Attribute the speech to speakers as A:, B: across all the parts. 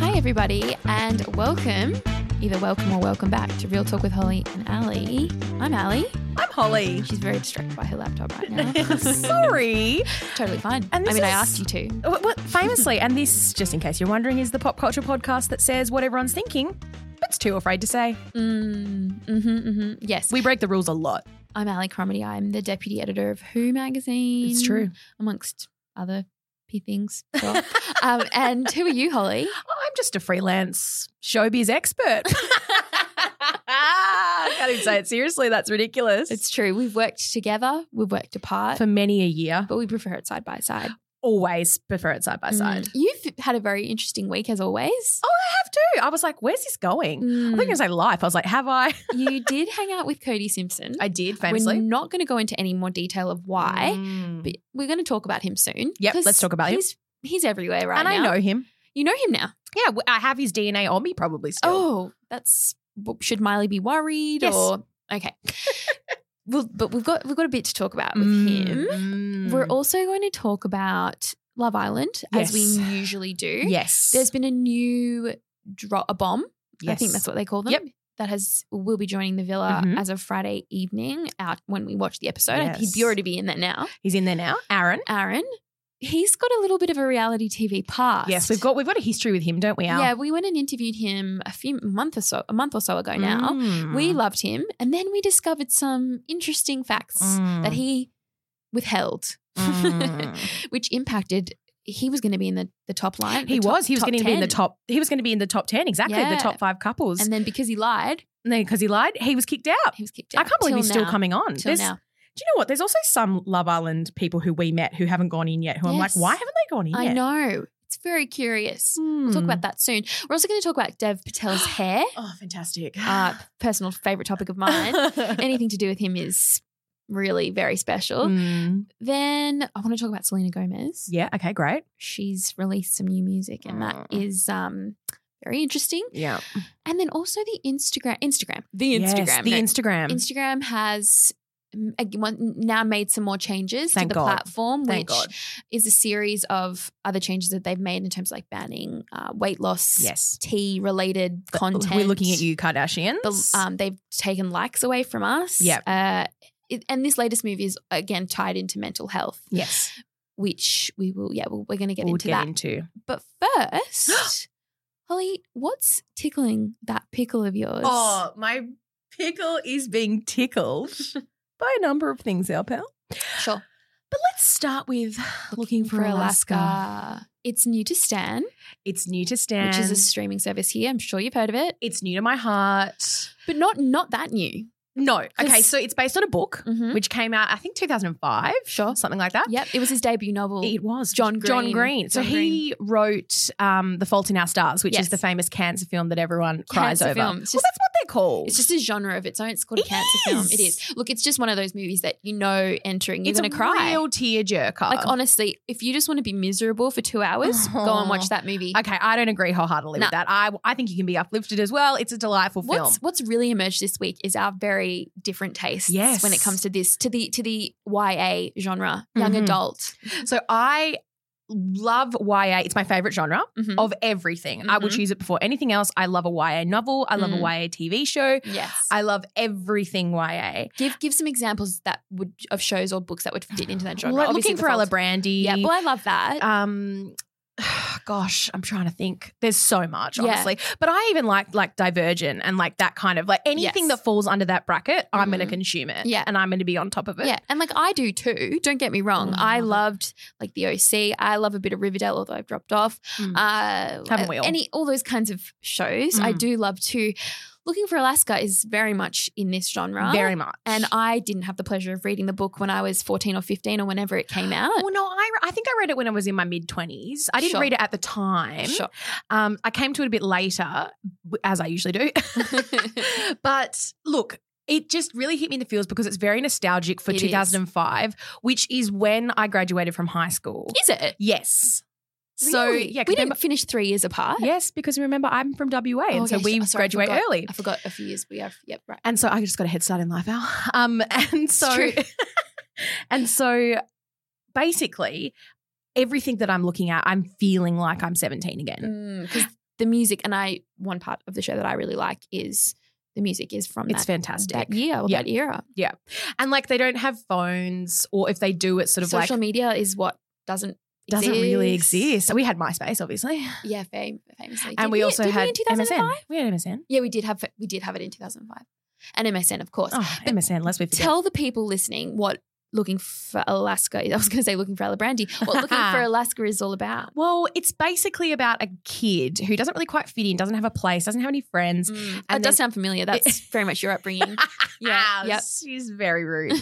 A: everybody, and welcome, either welcome or welcome back to Real Talk with Holly and Ali. I'm Ali.
B: I'm Holly.
A: She's very distracted by her laptop right now.
B: Sorry.
A: totally fine.
B: And
A: I
B: this
A: mean, I
B: is-
A: asked you to.
B: Well, well, famously, and this, just in case you're wondering, is the pop culture podcast that says what everyone's thinking, but's too afraid to say.
A: Mm, hmm hmm Yes.
B: We break the rules a lot.
A: I'm Ali Cromedy. I'm the deputy editor of Who magazine. Amongst other p things. Sure. um, and who are you, Holly?
B: I'm just a freelance showbiz expert. I can't even say it seriously. That's ridiculous.
A: It's true. We've worked together. We've worked apart,
B: for many a year.
A: but we prefer it side by side.
B: Always prefer it side by side.
A: Mm. You've had a very interesting week, as always. Mm.
B: Oh, I have too. I was like, where's this going? I think I was like life. I was like, have I?
A: you did hang out with Cody Simpson.
B: I did
A: We're not going to go into any more detail of why,
B: Mm.
A: but we're going to talk about him soon.
B: Yep,
A: 'cause
B: let's talk about him.
A: he's, He's everywhere right
B: and
A: now.
B: I know him.
A: You know him now.
B: Yeah, w- I have his DNA on me probably still.
A: Oh, that's should Miley be worried
B: Yes.
A: or okay. well, but we've got we've got a bit to talk about with
B: Mm,
A: him.
B: Mm-hmm.
A: We're also going to talk about Love Island as we
B: Yes.
A: usually do.
B: yes.
A: There's been a new drop a bomb. I think that's what they call them.
B: Yep.
A: That has will be joining the villa
B: Mhm.
A: as of Friday evening out when we watch the episode. I think He'd be
B: Yes.
A: already be in there now.
B: he's in there now. Aaron.
A: Aaron, he's got a little bit of a reality TV past.
B: Yes, we've got we've got a history with him, don't we? Al?
A: Yeah, we went and interviewed him a few month or so a month or so ago now.
B: Mm.
A: We loved him. And then we discovered some interesting facts
B: Mm.
A: that he withheld,
B: Mm.
A: which impacted. He was going to be in the, the top line.
B: he
A: the top-
B: was he was
A: top
B: going to be in the
A: 10.
B: top he was going to be in the top ten exactly
A: Yeah.
B: the top five couples
A: And then because he lied,
B: and then because he lied he was kicked out.
A: he was kicked out.
B: I can't believe
A: Till
B: he's still
A: now.
B: coming on.
A: Till
B: There's-
A: now.
B: Do you know what? There's also some Love Island people who we met who haven't gone in yet. Who I'm like,
A: Yes.
B: why haven't they gone in
A: I
B: yet?
A: know. It's very curious.
B: Mm.
A: We'll talk about that soon. We're also going to talk about Dev Patel's hair,
B: Oh, fantastic!
A: uh, personal favorite topic of mine. Anything to do with him is really very special.
B: Mm.
A: Then I want to talk about Selena Gomez.
B: Yeah. Okay. Great.
A: She's released some new music, and that
B: Mm.
A: is um, very interesting.
B: Yeah.
A: And then also the Instagram, Instagram, the
B: Yes,
A: Instagram,
B: the
A: no,
B: Instagram.
A: Instagram has mm, ag- one- now made some more changes to
B: Thank
A: the
B: God.
A: platform,
B: Thank
A: which
B: God.
A: is a series of other changes that they've made in terms of like banning uh, weight loss,
B: Yes.
A: tea related content.
B: We're looking at you, Kardashians.
A: The, um, they've taken likes away from us.
B: Yep.
A: Uh, it- and this latest movie is again tied into mental health,
B: yes.
A: which we will, yeah, well, we're going to get
B: we'll
A: into
B: get
A: that.
B: into.
A: But first, Holly, what's tickling that pickle of yours?
B: Oh, my pickle is being tickled by a number of things, our pal.
A: sure.
B: But let's start with looking for,
A: For
B: Alaska.
A: Alaska. It's new to Stan,
B: It's new to Stan.
A: which is a streaming service here. I'm sure you've heard of it,
B: it's new to my heart.
A: but not not that new.
B: No. Okay.
A: 'Cause-
B: So it's based on a book
A: Mhm.
B: which came out, I think, 2005.
A: Sure.
B: Something like that.
A: Yep, it was his debut novel.
B: It was
A: John
B: John
A: Green.
B: Green. So
A: John
B: he wrote um, "The Fault in Our Stars," which
A: Yes.
B: is the famous cancer film that everyone cries
A: Cancer
B: over.
A: film. It's
B: well,
A: just-
B: that's what they're called.
A: It's just a genre of its own. It's called a
B: It
A: cancer film. It
B: is.
A: is. Look, it's just one of those movies that you know entering, you're
B: it's
A: going to cry.
B: a real tearjerker.
A: like, honestly, if you just want to be miserable for two hours, go and watch that movie.
B: okay, Oh, I don't agree wholeheartedly
A: No.
B: with that. I I think you can be uplifted as well. It's a delightful film.
A: What's what's really emerged this week is our very different tastes
B: Yes.
A: when it comes to this to the to the YA genre, young
B: Mhm.
A: adult.
B: So I love YA. It's my favorite genre.
A: Mhm.
B: Of everything, I will
A: Mhm.
B: choose it before anything else. I love a YA novel. I love a
A: Mm.
B: YA TV show.
A: Yes.
B: I love everything YA.
A: give give some examples that would of shows or books that would fit into that genre.
B: Like
A: Obviously,
B: looking
A: The
B: for Ella
A: Fault-
B: Brandy.
A: Yeah, well, I love that.
B: um gosh i'm trying to think there's so much
A: Yeah.
B: honestly but i even like like divergent and like that kind of like anything
A: Yes.
B: that falls under that bracket i'm going to
A: Mhm.
B: consume it
A: Yeah.
B: and i'm going to be on top of it
A: yeah, and like I do too. Don't get me wrong.
B: Mm, I
A: I
B: love it.
A: loved like the OC. I love a bit of Riverdale, although I've dropped off.
B: Mm.
A: Uh,
B: Haven't we all?
A: Any all those kinds of shows, I
B: Mm.
A: do love too. Looking for Alaska is very much in this genre.
B: very much
A: And I didn't have the pleasure of reading the book when I was 14 or 15 or whenever it came out.
B: well no I, re- I think i read it when i was in my mid-20s i didn't
A: Sure.
B: read it at the time
A: Sure.
B: um i came to it a bit later w- as i usually do but look it just really hit me in the feels because it's very nostalgic for
A: It is.
B: 2005 which is when i graduated from high school
A: Is it?
B: Yes. So
A: Really?
B: yeah, 'cause
A: we
B: remember-
A: didn't finish three years apart.
B: yes, because remember I'm from WA, and
A: Oh,
B: so
A: okay,
B: we
A: sh- sorry, I
B: graduate
A: forgot.
B: early.
A: I forgot a few years we have. Yep, right.
B: And so I just got a head start in life, Al. Um, and so,
A: true.
B: and so, basically, everything that I'm looking at, I'm feeling like I'm 17 again.
A: Because Mm, the music, and I one part of the show that I really like is the music is from
B: It's
A: that,
B: fantastic.
A: that year or
B: Yeah.
A: that era.
B: And like they don't have phones, or if they do, it's sort of
A: Social
B: like
A: media is what doesn't
B: doesn't really exist. So we had MySpace, obviously,
A: Yeah, fame, famously.
B: and
A: Did
B: we, also
A: did
B: had
A: in 2005?
B: MSN. We had MSN.
A: Yeah, we did have we did have it in 2005, and MSN, of course.
B: Oh,
A: But
B: MSN. Let's forget.
A: Tell the people listening what looking for Alaska. is. I was going to say looking for Alabrandi. What looking for Alaska is all about.
B: Well, it's basically about a kid who doesn't really quite fit in, doesn't have a place, doesn't have any friends.
A: Mm. That
B: And
A: does sound familiar. That's very much your upbringing. Yeah, yep.
B: she's very rude.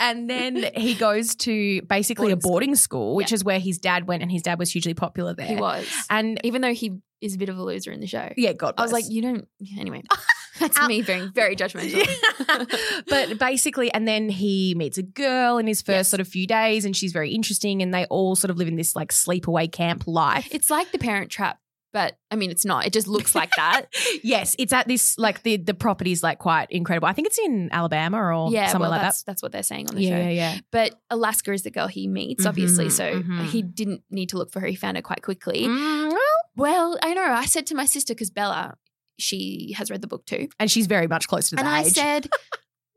B: and then he goes to
A: Boarding
B: basically a
A: school.
B: boarding school, which is where his dad went, and his dad was hugely popular there.
A: He was,
B: And
A: even though he is a bit of a loser in the show.
B: yeah, God,
A: I was like,
B: bless.
A: you don't. Anyway, that's
B: Ow.
A: me being very judgmental.
B: but basically, and then he meets a girl in his first
A: Yes.
B: sort of few days, and she's very interesting, and they all sort of live in this like sleepaway camp life.
A: it's like the Parent Trap, but I mean, it's not. It just looks like that.
B: yes, it's at this like the the property's like quite incredible. I think it's in Alabama or
A: yeah,
B: somewhere
A: well,
B: like
A: that's
B: that.
A: that's what they're saying on the
B: Yeah,
A: show.
B: yeah, yeah.
A: But Alaska is the girl he meets, obviously.
B: Mhm,
A: so
B: mhm.
A: he didn't need to look for her. He found her quite quickly.
B: Mm,
A: Well, I know. I said to my sister because Bella, she has read the book too,
B: And she's very much closer to that
A: and I
B: age.
A: said,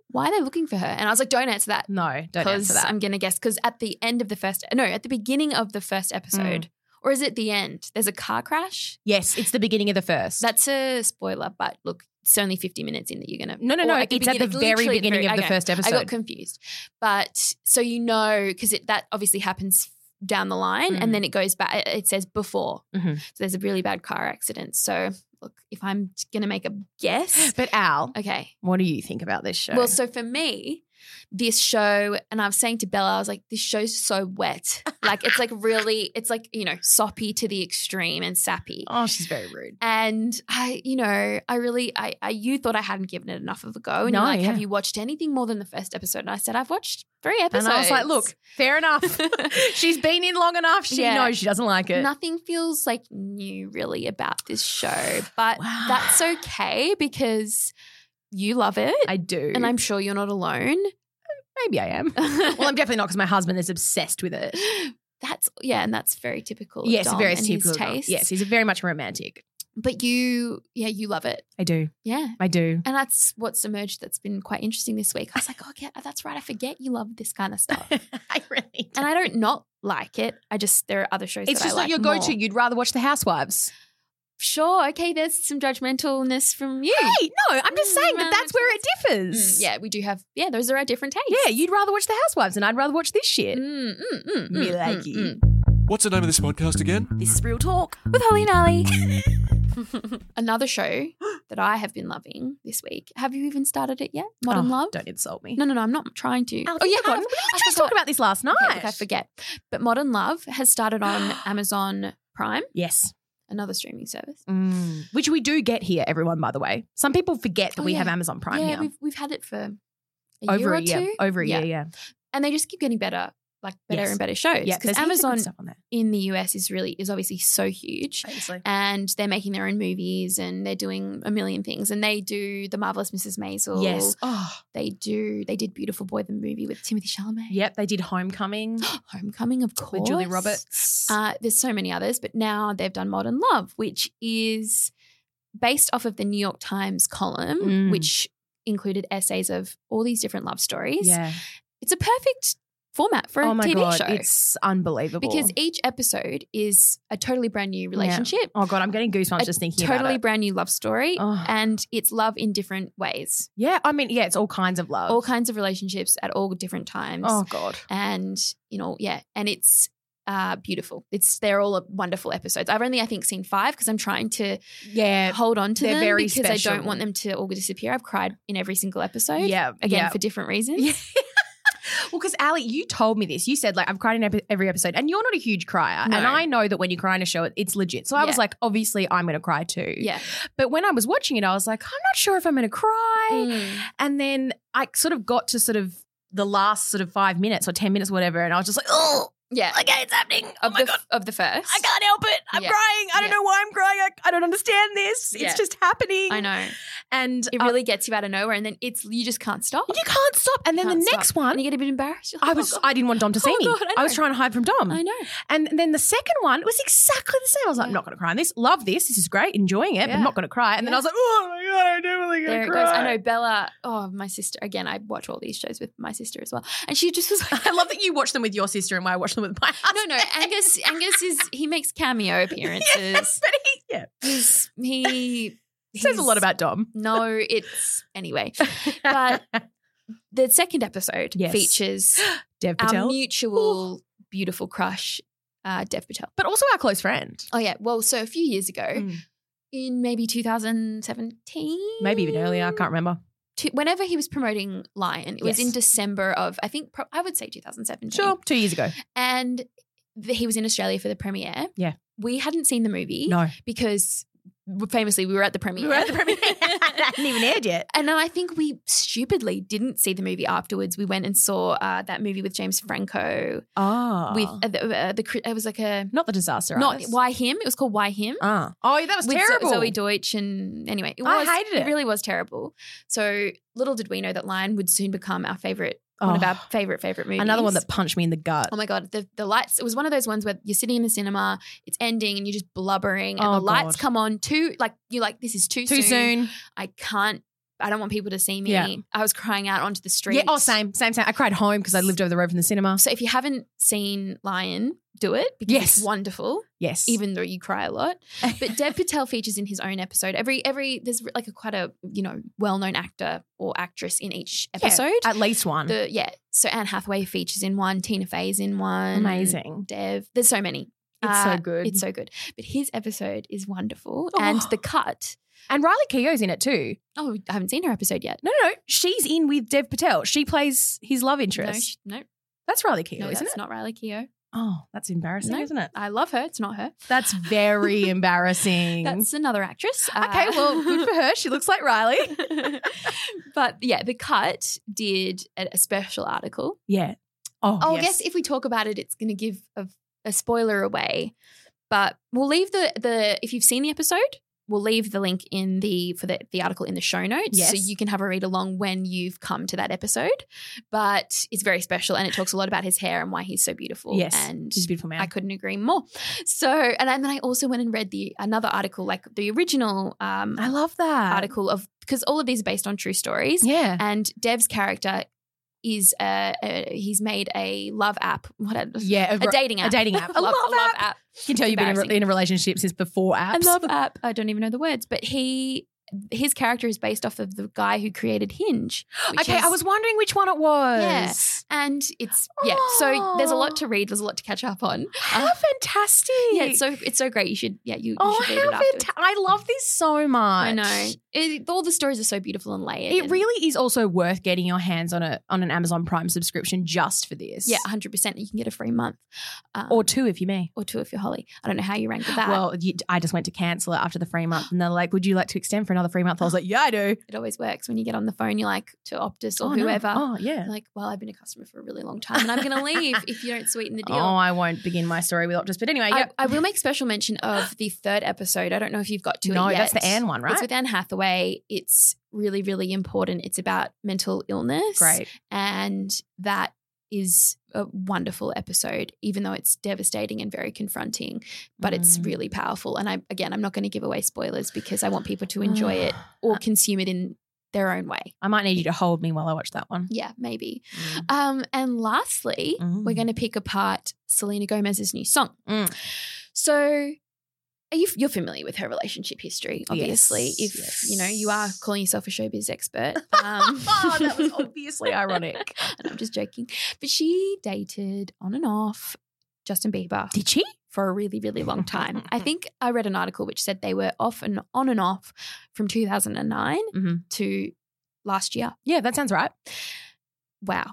A: "Why are they looking for her?" And I was like, "Don't answer that."
B: no, don't answer
A: Because
B: that.
A: I'm gonna guess because at the end of the first no at the beginning of the first
B: Mm.
A: episode or is it the end? There's a car crash.
B: yes, it's the beginning of the first.
A: That's a spoiler, but look, it's only 50 minutes in that you're gonna.
B: no, no,
A: or
B: no.
A: at the
B: it's at the
A: beginning-
B: very
A: literally at the
B: beginning
A: very-
B: of the
A: okay.
B: first episode.
A: I got confused. But so you know, because that obviously happens down the line
B: Mhm.
A: and then it goes back, it- it says before.
B: Mhm.
A: So there's a really bad car accident. So look, if I'm going to make a guess,
B: but Al,
A: okay.
B: what do you think about this show?
A: Well, so for me, this show, and I was saying to Bella, I was like, this show's so wet. Like, it's like really, it's like, you know, soppy to the extreme and sappy.
B: oh, she's very rude.
A: And I, you know, I really, I, I, you thought I hadn't given it enough of a go, and
B: No,
A: you're like, have
B: yeah.
A: you watched anything more than the first episode? And I said, I've watched three episodes.
B: And I was like, look, fair enough. she's been in long enough. She
A: Yeah.
B: knows she doesn't like it.
A: nothing feels like new really about this show, but
B: Wow.
A: that's okay because you love it,
B: I do.
A: and I'm sure you're not alone.
B: maybe I am. Well, I'm definitely not because my husband is obsessed with it.
A: that's yeah, and that's very typical. of
B: Yes,
A: Dom
B: very
A: and
B: typical.
A: his taste.
B: Yes, he's a very much romantic.
A: but you, yeah, you love it.
B: I do.
A: Yeah,
B: I do.
A: And that's what's emerged that's been quite interesting this week. I was like, oh, yeah, that's right. I forget you love this kind of stuff.
B: I really do.
A: and I don't not like it. I just, there are other shows
B: It's
A: that I
B: just not
A: like
B: your
A: more.
B: go to. You'd rather watch The Housewives.
A: Sure. Okay. There's some judgmentalness from you.
B: Hey, no, I'm just
A: Mm,
B: saying that
A: well,
B: that's where it
A: Mm,
B: differs.
A: yeah. We do have, yeah, those are our different tastes.
B: Yeah, you'd rather watch The Housewives and I'd rather watch this shit.
A: Mm, mm, mm,
B: Me
A: mm,
B: like
A: mm,
B: you.
A: mm.
C: What's the name of this podcast again?
B: This is real talk.
A: With Holly and Ali. Another show that I have been loving this week. Have you even started it yet? Modern Love?
B: Oh, Don't insult me.
A: No, no, no. I'm not trying to.
B: Al,
A: oh,
B: think
A: yeah.
B: about
A: Modern-
B: it. We
A: I
B: literally
A: forgot.
B: talked about this last night.
A: Okay, look, I forget. But Modern Love has started on Amazon Prime,
B: Yes.
A: another streaming service.
B: Which we do get here, everyone, by the way. Some people forget that
A: Mm. Oh,
B: we
A: yeah.
B: have Amazon Prime
A: yeah,
B: here.
A: we've we've had it for a year
B: over
A: or
B: a year.
A: two,
B: Over a
A: Yeah.
B: year, yeah.
A: and they just keep getting better, like better
B: Yes.
A: and better shows.
B: Yeah,
A: because
B: there's heaps of good
A: Amazon
B: stuff on there.
A: in the US is really is obviously so huge.
B: Obviously.
A: And they're making their own movies and they're doing a million things. And they do The Marvelous Mrs. Maisel.
B: Yes. Oh,
A: They do, they did Beautiful Boy, the movie with Timothy Chalamet.
B: yep. They did Homecoming
A: Homecoming, of course.
B: with Julie Roberts.
A: Uh, there's so many others, but now they've done Modern Love, which is based off of the New York Times column,
B: Mm.
A: which included essays of all these different love stories.
B: yeah.
A: It's a perfect format for
B: Oh
A: a
B: my
A: TV
B: god,
A: show
B: it's unbelievable.
A: because each episode is a totally brand new relationship,
B: oh god, I'm getting goosebumps
A: a
B: just thinking
A: totally
B: about it.
A: brand new love story,
B: Oh.
A: and it's love in different ways,
B: Yeah, I mean, yeah, it's all kinds of love.
A: all kinds of relationships at all different times.
B: Oh god.
A: and you know yeah and it's uh beautiful it's they're all wonderful episodes i've only i think seen five because i'm trying to
B: Yeah.
A: hold on to
B: they're
A: them
B: very
A: because i
B: special.
A: don't want them to all disappear i've cried in every single episode
B: Yeah.
A: again
B: yeah.
A: for different reasons
B: Yeah. well, because Ali, you told me this. You said like I've cried in epi- every episode, and you're not a huge crier,
A: No.
B: and I know that when you cry in a show, it- it's legit. So I was
A: Yeah.
B: like, obviously, I'm going to cry too.
A: yeah
B: But when I was watching it, I was like, I'm not sure if I'm going to cry.
A: Mm.
B: And then I sort of got to sort of the last sort of five minutes or ten minutes, whatever, and I was just like, oh,
A: Yeah.
B: Okay, it's happening. Oh
A: of
B: my
A: the
B: god.
A: of the first.
B: I can't help it. I'm
A: Yeah.
B: crying. I don't
A: Yeah.
B: know why I'm crying. I, I don't understand this. It's
A: Yeah.
B: just happening.
A: I know.
B: And
A: It
B: uh,
A: really gets you out of nowhere and then it's you just can't stop.
B: you can't stop. And then
A: Can't
B: the
A: stop.
B: next one,
A: And you get a bit embarrassed. You're like,
B: I
A: "Oh,
B: was
A: God."
B: I didn't want Dom to see
A: Oh,
B: me.
A: God, I
B: I was
A: know.
B: trying to hide from Dom.
A: I know.
B: And then the second one was exactly the same. I was like,
A: Yeah.
B: I'm not going to cry on this. Love this. This is great. Enjoying it, but
A: Yeah.
B: I'm not going to cry. And then
A: Yeah.
B: I was like, oh my God, I'm definitely going
A: There
B: to
A: it
B: cry.
A: goes. I know Bella. Oh, my sister. Again, I watch all these shows with my sister as well. And she just was like,
B: I love that you watch them with your sister and why I watch them with my
A: No,
B: husband.
A: no, Angus Angus is he makes cameo appearances.
B: but he yeah,
A: He's he
B: says a
A: he's-
B: lot about Dom.
A: No, it's anyway. But The second episode
B: Yes.
A: features
B: Dev
A: our
B: Patel,
A: mutual beautiful crush, uh, Dev Patel.
B: but also our close friend.
A: Oh yeah. Well, so a few years ago,
B: Mm.
A: in maybe 2017,
B: Maybe even earlier. I can't remember.
A: to- whenever he was promoting Lion, it was
B: Yes.
A: in December of I think pro- I would say 2017.
B: Sure, two years ago.
A: And th- he was in Australia for the premiere.
B: Yeah.
A: We hadn't seen the movie
B: No,
A: because famously we were at the premiere.
B: we were at the premiere. it hadn't even aired yet.
A: And then I think we stupidly didn't see the movie afterwards. We went and saw uh, that movie with James Franco
B: Oh,
A: with uh, the, uh, the cri- it was like a
B: not the disaster.
A: not
B: Artist.
A: why him. It was called Why Him.
B: Ah. Oh, yeah, that was
A: with Zo-
B: terrible.
A: Zoe Deutsch and anyway, it
B: I
A: was
B: hated it.
A: really was terrible. So little did we know that Lion would soon become our favorite,
B: Oh.
A: one of our favorite favorite movies.
B: Another one that punched me in the gut.
A: Oh my god, the the lights! It was one of those ones where you're sitting in the cinema, it's ending, and you're just blubbering, and
B: Oh,
A: the lights
B: God.
A: come on too. Like you're like, this is too,
B: Too soon.
A: I can't. I don't want people to see me.
B: Yeah.
A: I was crying out onto the street.
B: Yeah, oh, same, same, same. I cried home because I lived over the road from the cinema.
A: So if you haven't seen Lion, do it because
B: Yes.
A: it's wonderful,
B: Yes.
A: even though you cry a lot. But Dev Patel features in his own episode. Every every there's like a quite a you know well known actor or actress in each
B: Yeah,
A: episode.
B: at least one.
A: the yeah, so Anne Hathaway features in one. Tina Fey's in one.
B: Amazing.
A: Dev. There's so many.
B: It's so
A: Uh,
B: good.
A: It's so good. But his episode is wonderful, and
B: Oh.
A: the cut.
B: And Riley Keogh's in it too.
A: Oh, I haven't seen her episode yet.
B: No, no, no. She's in with Dev Patel. She plays his love
A: No,
B: interest.
A: sh- no,
B: that's Riley Keogh,
A: no,
B: isn't
A: that's
B: it?
A: not Riley Keough.
B: oh, that's embarrassing,
A: No.
B: isn't it?
A: I love her. It's not her.
B: That's very embarrassing.
A: That's another actress.
B: okay,
A: Uh,
B: well, good for her. She looks like Riley.
A: but yeah, the cut did a, a special article.
B: yeah. Oh,
A: Oh,
B: yes.
A: I guess if we talk about it, it's going to give a, a spoiler away. But we'll leave the the if you've seen the episode, we'll leave the link in the for the the article in the show notes, so
B: Yes.
A: you can have a read along when you've come to that episode. But it's very special, and it talks a lot about his hair and why he's so beautiful.
B: Yes.
A: and
B: She's a beautiful man.
A: I couldn't agree more. So, and, then I also went and read the another article, like the original um,
B: I love that.
A: article of because all of these are based on true stories,
B: Yeah.
A: and Dev's character is uh, uh he's made a love app, what a,
B: yeah.
A: a dating app,
B: dating app. A love app. You can tell you've been in a, in a relationship since before apps.
A: a love app. I don't even know the words, but he his character is based off of the guy who created Hinge. which
B: Okay,
A: is-
B: I was wondering which one it was.
A: Yeah. and it's yeah. So there's a lot
B: Oh.
A: to read. There's a lot to catch up on.
B: How
A: Uh,
B: fantastic.
A: yeah, it's so it's so great. You should yeah you, you
B: oh,
A: should read
B: how
A: it afterwards.
B: fantastic. I love this so much.
A: I know. It, all the stories are so beautiful and layered.
B: It
A: and-
B: really is also worth getting your hands on a on an Amazon Prime subscription just for this.
A: yeah, hundred percent. You can get a free month, um,
B: Or two if you may.
A: or two if you're Holly. I don't know how you rank with that.
B: Well, you, I just went to cancel it after the free month, and they're like, "Would you like to extend for another free month?" I was like, "Yeah, I do."
A: it always works when you get on the phone. You're like to Optus or
B: Oh, no.
A: whoever.
B: Oh, yeah.
A: You're Like, well, I've been a customer for a really long time, and I'm going to leave if you don't sweeten the deal.
B: Oh, I won't begin my story with Optus, but anyway,
A: I,
B: yep.
A: I will make special mention of the third episode. I don't know if you've got to
B: no,
A: it yet.
B: that's the Anne one, right?
A: It's with Anne Hathaway. It's really, really important. It's about mental illness.
B: Great.
A: and that is a wonderful episode even though it's devastating and very confronting but it's
B: Mm.
A: really powerful and i again i'm not going to give away spoilers because i want people to enjoy it or consume it in their own way
B: Mm. I might need you to hold me while I watch that one.
A: yeah maybe um and lastly
B: Mm.
A: we're going to pick apart selena gomez's new song
B: Mm.
A: so are you, you're familiar with her relationship history obviously
B: Yes,
A: if
B: yes.
A: you know you are calling yourself a showbiz expert um,
B: oh, that was obviously ironic.
A: and I'm just joking. But she dated on and off Justin Bieber
B: Did she?
A: for a really, really long time. I think I read an article which said they were off and on and off from 2009
B: Mhm.
A: to last year.
B: Yeah, that sounds right.
A: Wow.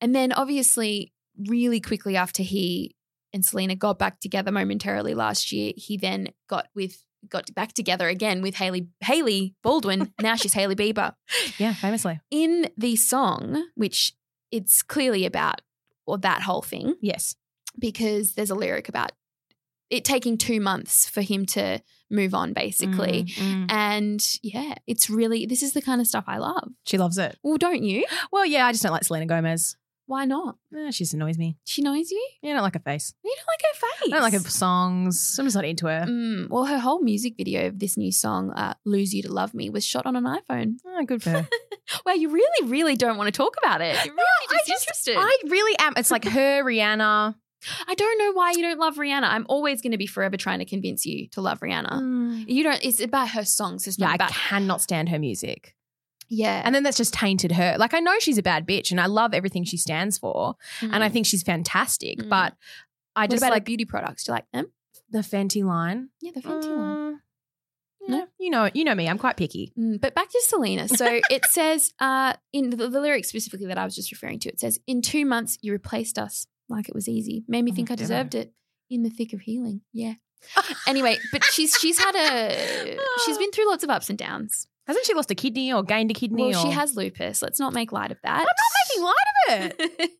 A: And then obviously, really quickly after he and Selena got back together momentarily last year, he then got with got back together again with Haley Haley Baldwin. now she's Haley Bieber.
B: Yeah, famously.
A: In the song, which it's clearly about or that whole thing,
B: Yes.
A: because there's a lyric about it taking two months for him to move on, basically.
B: Mm, mm.
A: And yeah, it's really, this is the kind of stuff I love.
B: She loves it.
A: Well, don't you?
B: Well, yeah, I just don't like Selena Gomez.
A: Why not?
B: Eh, she just annoys me.
A: She knows you.
B: Yeah, I don't like her face.
A: You don't like her face.
B: I don't like her songs. I'm just not into her.
A: Mm, well, her whole music video of this new song, uh, Lose You to Love Me, was shot on an iPhone.
B: Oh, good for her.
A: Wow, you really, really don't want to talk about it. You're really
B: I
A: just
B: just-
A: interested.
B: I really am. It's like her, Rihanna.
A: I don't know why you don't love Rihanna. I'm always going to be forever trying to convince you to love Rihanna. You don't. It's about her songs. It's
B: Yeah,
A: Oh, not
B: I
A: about.
B: cannot stand her music.
A: yeah,
B: And then that's just tainted her. Like, I know she's a bad bitch and I love everything she stands for and I think she's fantastic,
A: Mm.
B: but I
A: what
B: just
A: about her
B: like
A: beauty products? Do you like them?
B: the Fenty line.
A: Yeah, the Fenty one.
B: Mm,
A: No?
B: yeah, You know, you know me. I'm quite picky.
A: Mm, but back to Selena. So it says uh, in the, the lyric specifically that I was just referring to. It says, "In two months, you replaced us like it was easy. Made me
B: Oh,
A: think I
B: dear.
A: deserved it. In the thick of healing, yeah." anyway, but she's she's had a she's been through lots of ups and downs.
B: Hasn't she lost a kidney or gained a kidney?
A: Well, she
B: or-
A: has lupus. Let's not make light of that.
B: I'm not making light of it.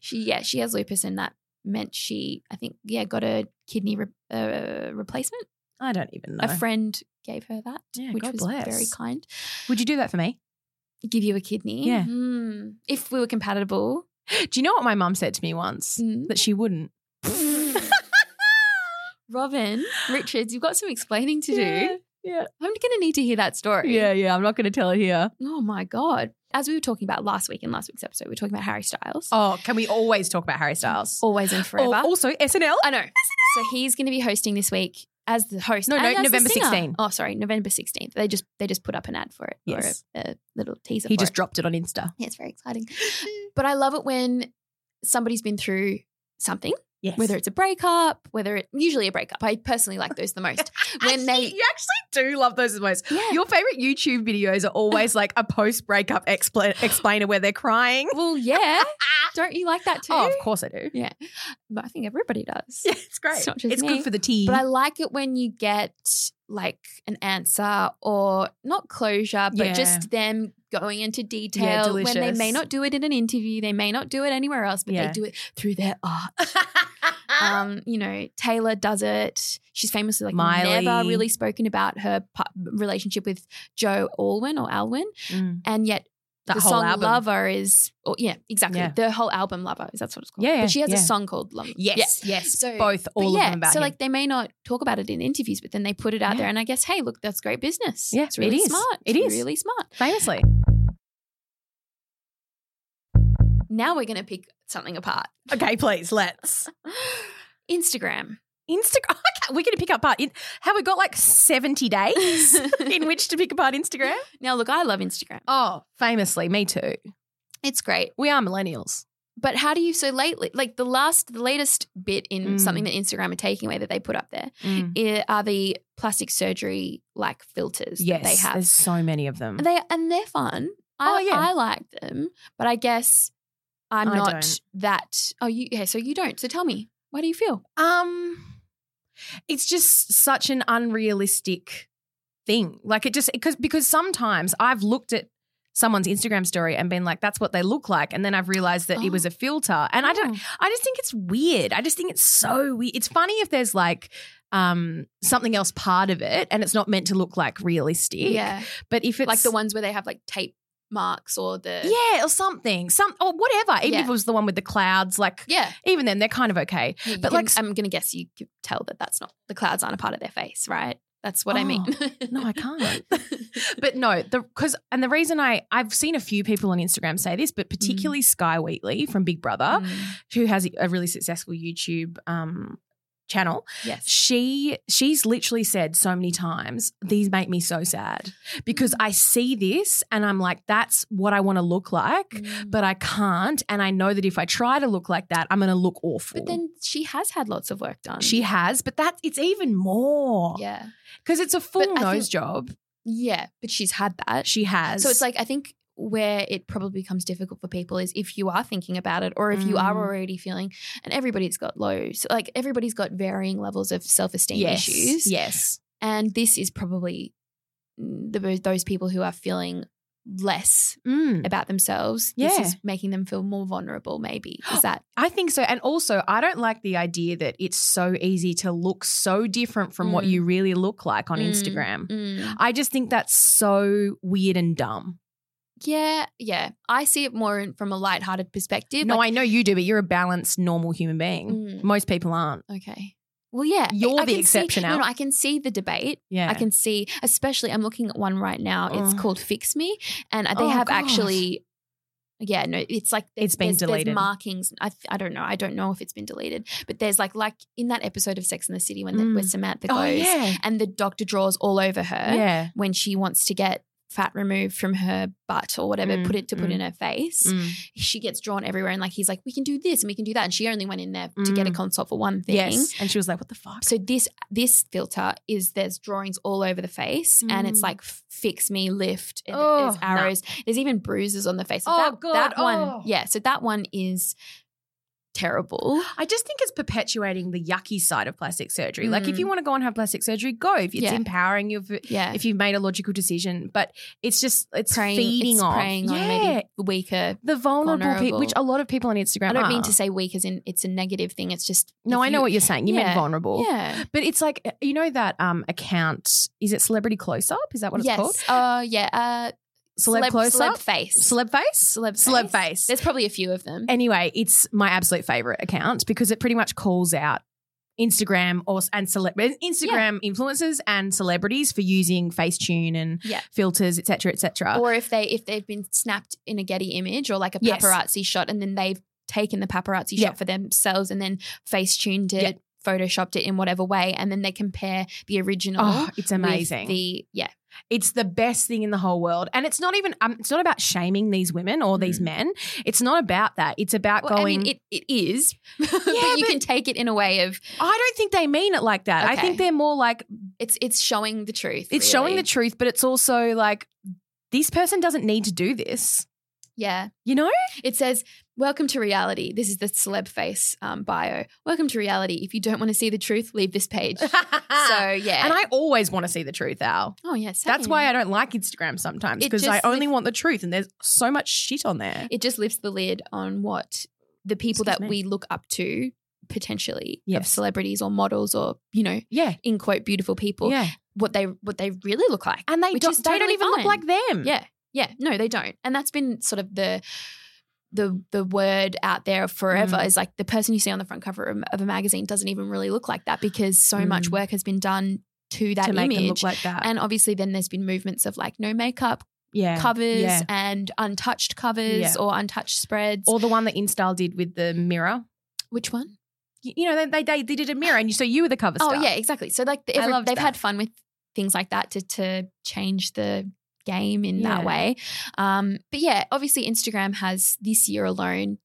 A: she yeah, she has lupus, and that meant she I think yeah got a kidney re- uh, replacement.
B: I don't even know.
A: A friend gave her that,
B: Yeah,
A: which
B: God
A: was
B: bless.
A: very kind.
B: Would you do that for me?
A: give you a kidney.
B: Yeah.
A: Hmm. If we were compatible.
B: Do you know what my mum said to me once?
A: Mm.
B: That she wouldn't.
A: Robin, Richards, you've got some explaining to do.
B: Yeah.
A: I'm going to need to hear that story.
B: Yeah, yeah. I'm not going to tell it here.
A: Oh my God. As we were talking about last week in last week's episode, we were talking about Harry Styles.
B: Oh, can we always talk about Harry Styles?
A: Always and
B: Or
A: forever.
B: also SNL.
A: I know. So he's going to be hosting this week as the host.
B: No,
A: and
B: no,
A: as the
B: November
A: singer.
B: 16.
A: Oh, sorry, November 16th. They just they just put up an ad for it
B: Yes.
A: or a, a little teaser.
B: He
A: for
B: just
A: it.
B: dropped it on Insta.
A: Yeah, it's very exciting. but I love it when somebody's been through something.
B: Yes.
A: whether it's a breakup, whether it usually a breakup. I personally like those the most. when they
B: you actually do love those the most.
A: yeah.
B: Your favorite YouTube videos are always like a post breakup expla- explainer where they're crying.
A: well, yeah. Don't you like that too?
B: Oh, of course I do.
A: Yeah. But I think everybody does.
B: Yeah, it's great.
A: It's not just me.
B: good for the tea.
A: But I like it when you get like an answer or not closure, but
B: Yeah.
A: just them going into detail
B: Yeah,
A: when they may
B: delicious.
A: not do it in an interview, they may not do it anywhere else, but
B: Yeah. Ah.
A: they do it through their art. um, you know, Taylor does it. She's famously like
B: Miley.
A: never really spoken about her pa- relationship with Joe Alwyn or Alwyn,
B: Mm.
A: and yet
B: That
A: the
B: whole
A: song
B: album.
A: "Lover" is, or, yeah, exactly.
B: Yeah.
A: The whole album "Lover" is that's what it's called.
B: Yeah, yeah,
A: but she has
B: yeah.
A: a song called "Lover." Yeah.
B: Yes, yes.
A: So-
B: both
A: But
B: all
A: yeah,
B: of them about
A: so
B: him.
A: like they may not talk about it in interviews, but then they put it out
B: Yeah.
A: there, and I guess, hey, look, that's great business.
B: Yeah,
A: it's really
B: it is.
A: smart.
B: It
A: It's
B: is.
A: really smart.
B: famously.
A: Now we're gonna pick something apart.
B: Okay, please let's
A: Instagram.
B: Instagram. Okay, we're going to pick up part. In- have we got like seventy days in which to pick apart Instagram?
A: now, look, I love Instagram.
B: Oh, famously, me too.
A: It's great.
B: We are millennials.
A: But how do you so lately like the last the latest bit in
B: Mm.
A: something that Instagram are taking away that they put up there i- are the plastic surgery like filters
B: Yes,
A: that they have.
B: there's so many of them.
A: They and they're fun. I
B: Mm-hmm. Oh, yeah.
A: I like them, but I guess I'm
B: I
A: not
B: don't.
A: that Oh, you yeah, so you don't. So tell me, why do you feel?
B: Um, it's just such an unrealistic thing. Like it just because because sometimes I've looked at someone's Instagram story and been like, "That's what they look like," and then I've realized that
A: Oh.
B: it was a filter. And I don't. I just think it's weird. I just think it's so weird. It's funny if there's like um something else part of it and it's not meant to look like realistic.
A: Yeah.
B: But if it's
A: Like the ones where they have like tape marks or the
B: Yeah, or something. Some or whatever. Even
A: Yeah.
B: if it was the one with the clouds, like
A: Yeah.
B: even then they're kind of okay.
A: You
B: But,
A: can-
B: like, s-
A: I'm going to guess you could tell that that's not the clouds aren't a part of their face, right? That's what I
B: Oh,
A: mean.
B: No, I can't. but no, the because and the reason I I've seen a few people on Instagram say this, but particularly Sky Wheatley from Big Brother,
A: Mm.
B: who has a really successful YouTube um channel.
A: Yes.
B: she she's literally said so many times these make me so sad because
A: Mm.
B: i see this and i'm like that's what i want to look like
A: Mm.
B: but i can't and i know that if i try to look like that i'm going to look awful
A: But then she has had lots of work done.
B: she has but that it's even more
A: yeah,
B: because it's a full
A: But I
B: nose
A: think-
B: job
A: yeah, but she's had that.
B: she has
A: So it's like I think where it probably becomes difficult for people is if you are thinking about it or if you are
B: Mm.
A: already feeling, and everybody's got lows, like everybody's got varying levels of self esteem
B: yes
A: issues,
B: yes
A: and this is probably the, those people who are feeling less
B: Mm.
A: about themselves.
B: Yeah.
A: This is making them feel more vulnerable, maybe. Is that
B: I think so. And also, I don't like the idea that it's so easy to look so different from what
A: Mm.
B: you really look like on
A: Mm.
B: Instagram. I just think that's so weird and dumb.
A: Yeah, yeah. I see it more in- from a lighthearted perspective.
B: no,
A: like-
B: I know you do, but you're a balanced, normal human being.
A: Mm,
B: Most people aren't.
A: okay. Well, yeah. I-
B: You're
A: I
B: the
A: can
B: exception,
A: See,
B: Al.
A: no, no, I can see the debate.
B: Yeah.
A: I can see, especially I'm looking at one right now. It's
B: Oh.
A: called Fix Me, and uh, they
B: Oh,
A: have
B: God.
A: actually. Yeah, no, it's like there-
B: It's been
A: there's- there's
B: deleted.
A: markings. I, th- I don't know. I don't know if it's been deleted, but there's like like in that episode of Sex and the City when the,
B: Mm.
A: where Samantha goes
B: oh, yeah.
A: and the doctor draws all over her
B: Yeah.
A: when she wants to get fat removed from her butt or whatever,
B: Mm,
A: put it to put
B: mm.
A: in her face.
B: Mm.
A: She gets drawn everywhere, and like he's like, we can do this and we can do that, and she only went in there to get a
B: Mm.
A: consult for one thing.
B: Yes. And she was like, what the fuck?
A: So this this filter is there's drawings all over the face, and it's
B: Mm.
A: like fix me, lift, and
B: Oh,
A: there's arrows, there's even bruises on the face. So
B: Oh,
A: that,
B: God.
A: that one,
B: Oh.
A: yeah. So that one is terrible.
B: I just think it's perpetuating the yucky side of plastic surgery. Like, if
A: Mm.
B: you want to go and have plastic surgery, go. If it's
A: Yeah.
B: empowering you, if,
A: Yeah,
B: if you've made a logical decision, but it's just it's
A: preying-
B: feeding
A: it's
B: off
A: preying on
B: yeah,
A: maybe weaker.
B: the vulnerable, people,
A: vulnerable.
B: which a lot of people on Instagram.
A: I don't mean
B: are.
A: to say weak as in it's a negative thing. It's just
B: No,
A: if
B: I know
A: you-
B: what you're saying. You meant
A: Yeah.
B: vulnerable.
A: Yeah.
B: But it's like uh, you know that um account is it celebrity close up? Is that what it's
A: yes.
B: called?
A: Uh, yeah. Uh,
B: Celeb close
A: celeb
B: up?
A: face.
B: Celeb face.
A: Celeb
B: Celeb face.
A: There's probably a few of them.
B: Anyway, it's my absolute favorite account because it pretty much calls out Instagram or and cele- Instagram influencers and celebrities for using Facetune and
A: Yeah.
B: filters, etc., etc.
A: or if they if they've been snapped in a Getty image or like a
B: Yes.
A: paparazzi shot, and then they've taken the paparazzi
B: Yeah.
A: shot for themselves and then face tuned it,
B: Yeah.
A: photoshopped it in whatever way, and then they compare the original.
B: Oh,
A: with
B: it's amazing.
A: The yeah,
B: It's the best thing in the whole world. And it's not even, um, it's not about shaming these women or these
A: Mm.
B: men. It's not about that. It's about
A: well, I
B: going, I,
A: mean it, it is, but you
B: but-
A: can take it in a way of
B: don't think they mean it like that. I
A: Okay.
B: think they're more like,
A: it's it's showing the truth.
B: it's showing
A: really.
B: the truth, but it's also like, this person doesn't need to do this.
A: Yeah,
B: You know?
A: It says, Welcome to reality. This is the celeb face um, bio. Welcome to reality. If you don't want to see the truth, leave this page. so, yeah.
B: and I always want to see the truth, Al.
A: oh, yes.
B: That's why I don't like Instagram sometimes
A: It
B: because I
A: just-
B: only want the truth and there's so much shit on there.
A: It just lifts the lid on what the people
B: Excuse
A: that
B: me.
A: we look up to potentially of
B: Yes.
A: celebrities or models or, you know,
B: yeah.
A: in quote, beautiful people,
B: Yeah.
A: what they what they really look like.
B: And they,
A: Which
B: don't
A: is
B: they don't
A: totally
B: even look
A: fine.
B: like them.
A: Yeah. Yeah. No, they don't. And that's been sort of the the the word out there forever
B: Mm.
A: is like the person you see on the front cover of, of a magazine doesn't even really look like that because so much
B: Mm.
A: work has been done to that
B: to make
A: image.
B: them look like that.
A: and obviously then there's been movements of like no makeup
B: yeah.
A: covers
B: Yeah.
A: and untouched covers
B: Yeah.
A: or untouched spreads.
B: Or the one that InStyle did with the mirror.
A: Which one?
B: You, you know, they, they, they did it a mirror and you, so you were the cover star.
A: Oh yeah, exactly. So like the,
B: I
A: every-
B: loved
A: they've
B: that.
A: had fun with things like that to to change the game in
B: Yeah.
A: that way. Um but yeah, obviously Instagram has this year alone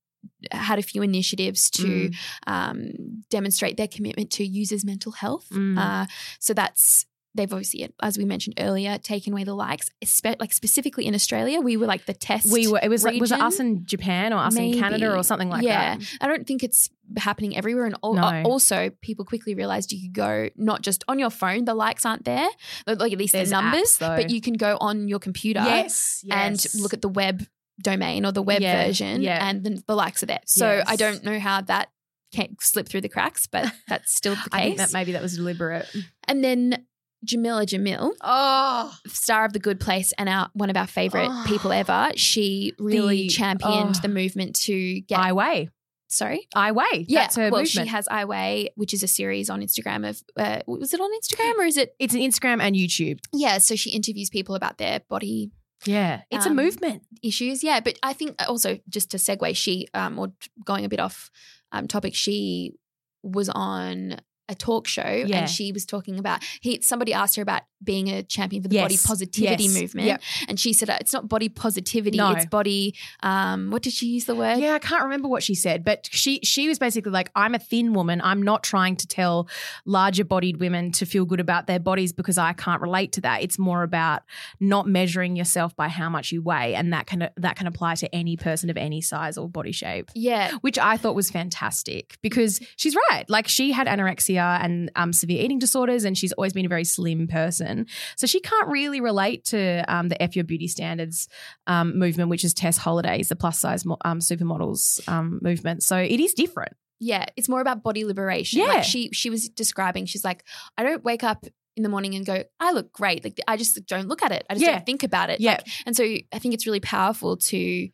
A: had a few initiatives to
B: Mm.
A: um, demonstrate their commitment to users' mental health.
B: Mm.
A: Uh, so that's they've obviously, as we mentioned earlier, taken away the likes. Espe- like specifically in Australia, we were like the test.
B: We were, it was like, was it
A: region?
B: us in Japan or us in Canada
A: Maybe.
B: or something like
A: Yeah.
B: that?
A: I don't think it's happening everywhere. And al-
B: No.
A: uh, also, people quickly realized you could go not just on your phone. The likes aren't there, like at least
B: There's
A: the numbers,
B: apps, though.
A: but you can go on your computer
B: Yes, yes.
A: and look at the web domain or the web
B: Yeah,
A: version,
B: yeah.
A: and then the likes are there. So
B: Yes.
A: I don't know how that can slip through the cracks, but that's still the case.
B: I think that maybe that was deliberate.
A: and then Jamila Jamil,
B: Oh,
A: star of The Good Place and our one of our favorite
B: Oh.
A: people ever, she really
B: The-
A: championed
B: oh.
A: the movement to get.
B: I way,
A: sorry.
B: I way.
A: Yeah,
B: That's her
A: well,
B: movement.
A: she has I Way, which is a series on Instagram of uh, was it on Instagram or is it?
B: it's an Instagram and YouTube.
A: Yeah, so she interviews people about their body
B: Yeah, it's
A: Um,
B: a movement.
A: issues. Yeah, but I think also just to segue, she um, or going a bit off um, topic, she was on a talk show
B: Yeah.
A: and she was talking about he somebody asked her about being a champion for the body
B: Yes.
A: positivity
B: Yes.
A: movement
B: Yep.
A: and she said uh, it's not body positivity
B: No.
A: it's body um what did she use the word
B: Yeah, I can't remember what she said, but she she was basically like, "I'm a thin woman. I'm not trying to tell larger bodied women to feel good about their bodies because I can't relate to that. It's more about not measuring yourself by how much you weigh, and that can that can apply to any person of any size or body shape."
A: yeah
B: Which I thought was fantastic because she's right. Like she had anorexia anorexia and um, severe eating disorders, and she's always been a very slim person. So she can't really relate to um, the F Your Beauty Standards um, movement, which is Tess Holliday's, the plus size mo- um, supermodels um, movement. So it is different.
A: yeah, it's more about body liberation.
B: Yeah.
A: Like she she was describing, she's like, I don't wake up in the morning and go, I look great. Like I just don't look at it. I just
B: Yeah.
A: don't think about it.
B: Yeah.
A: Like, and so I think it's really powerful to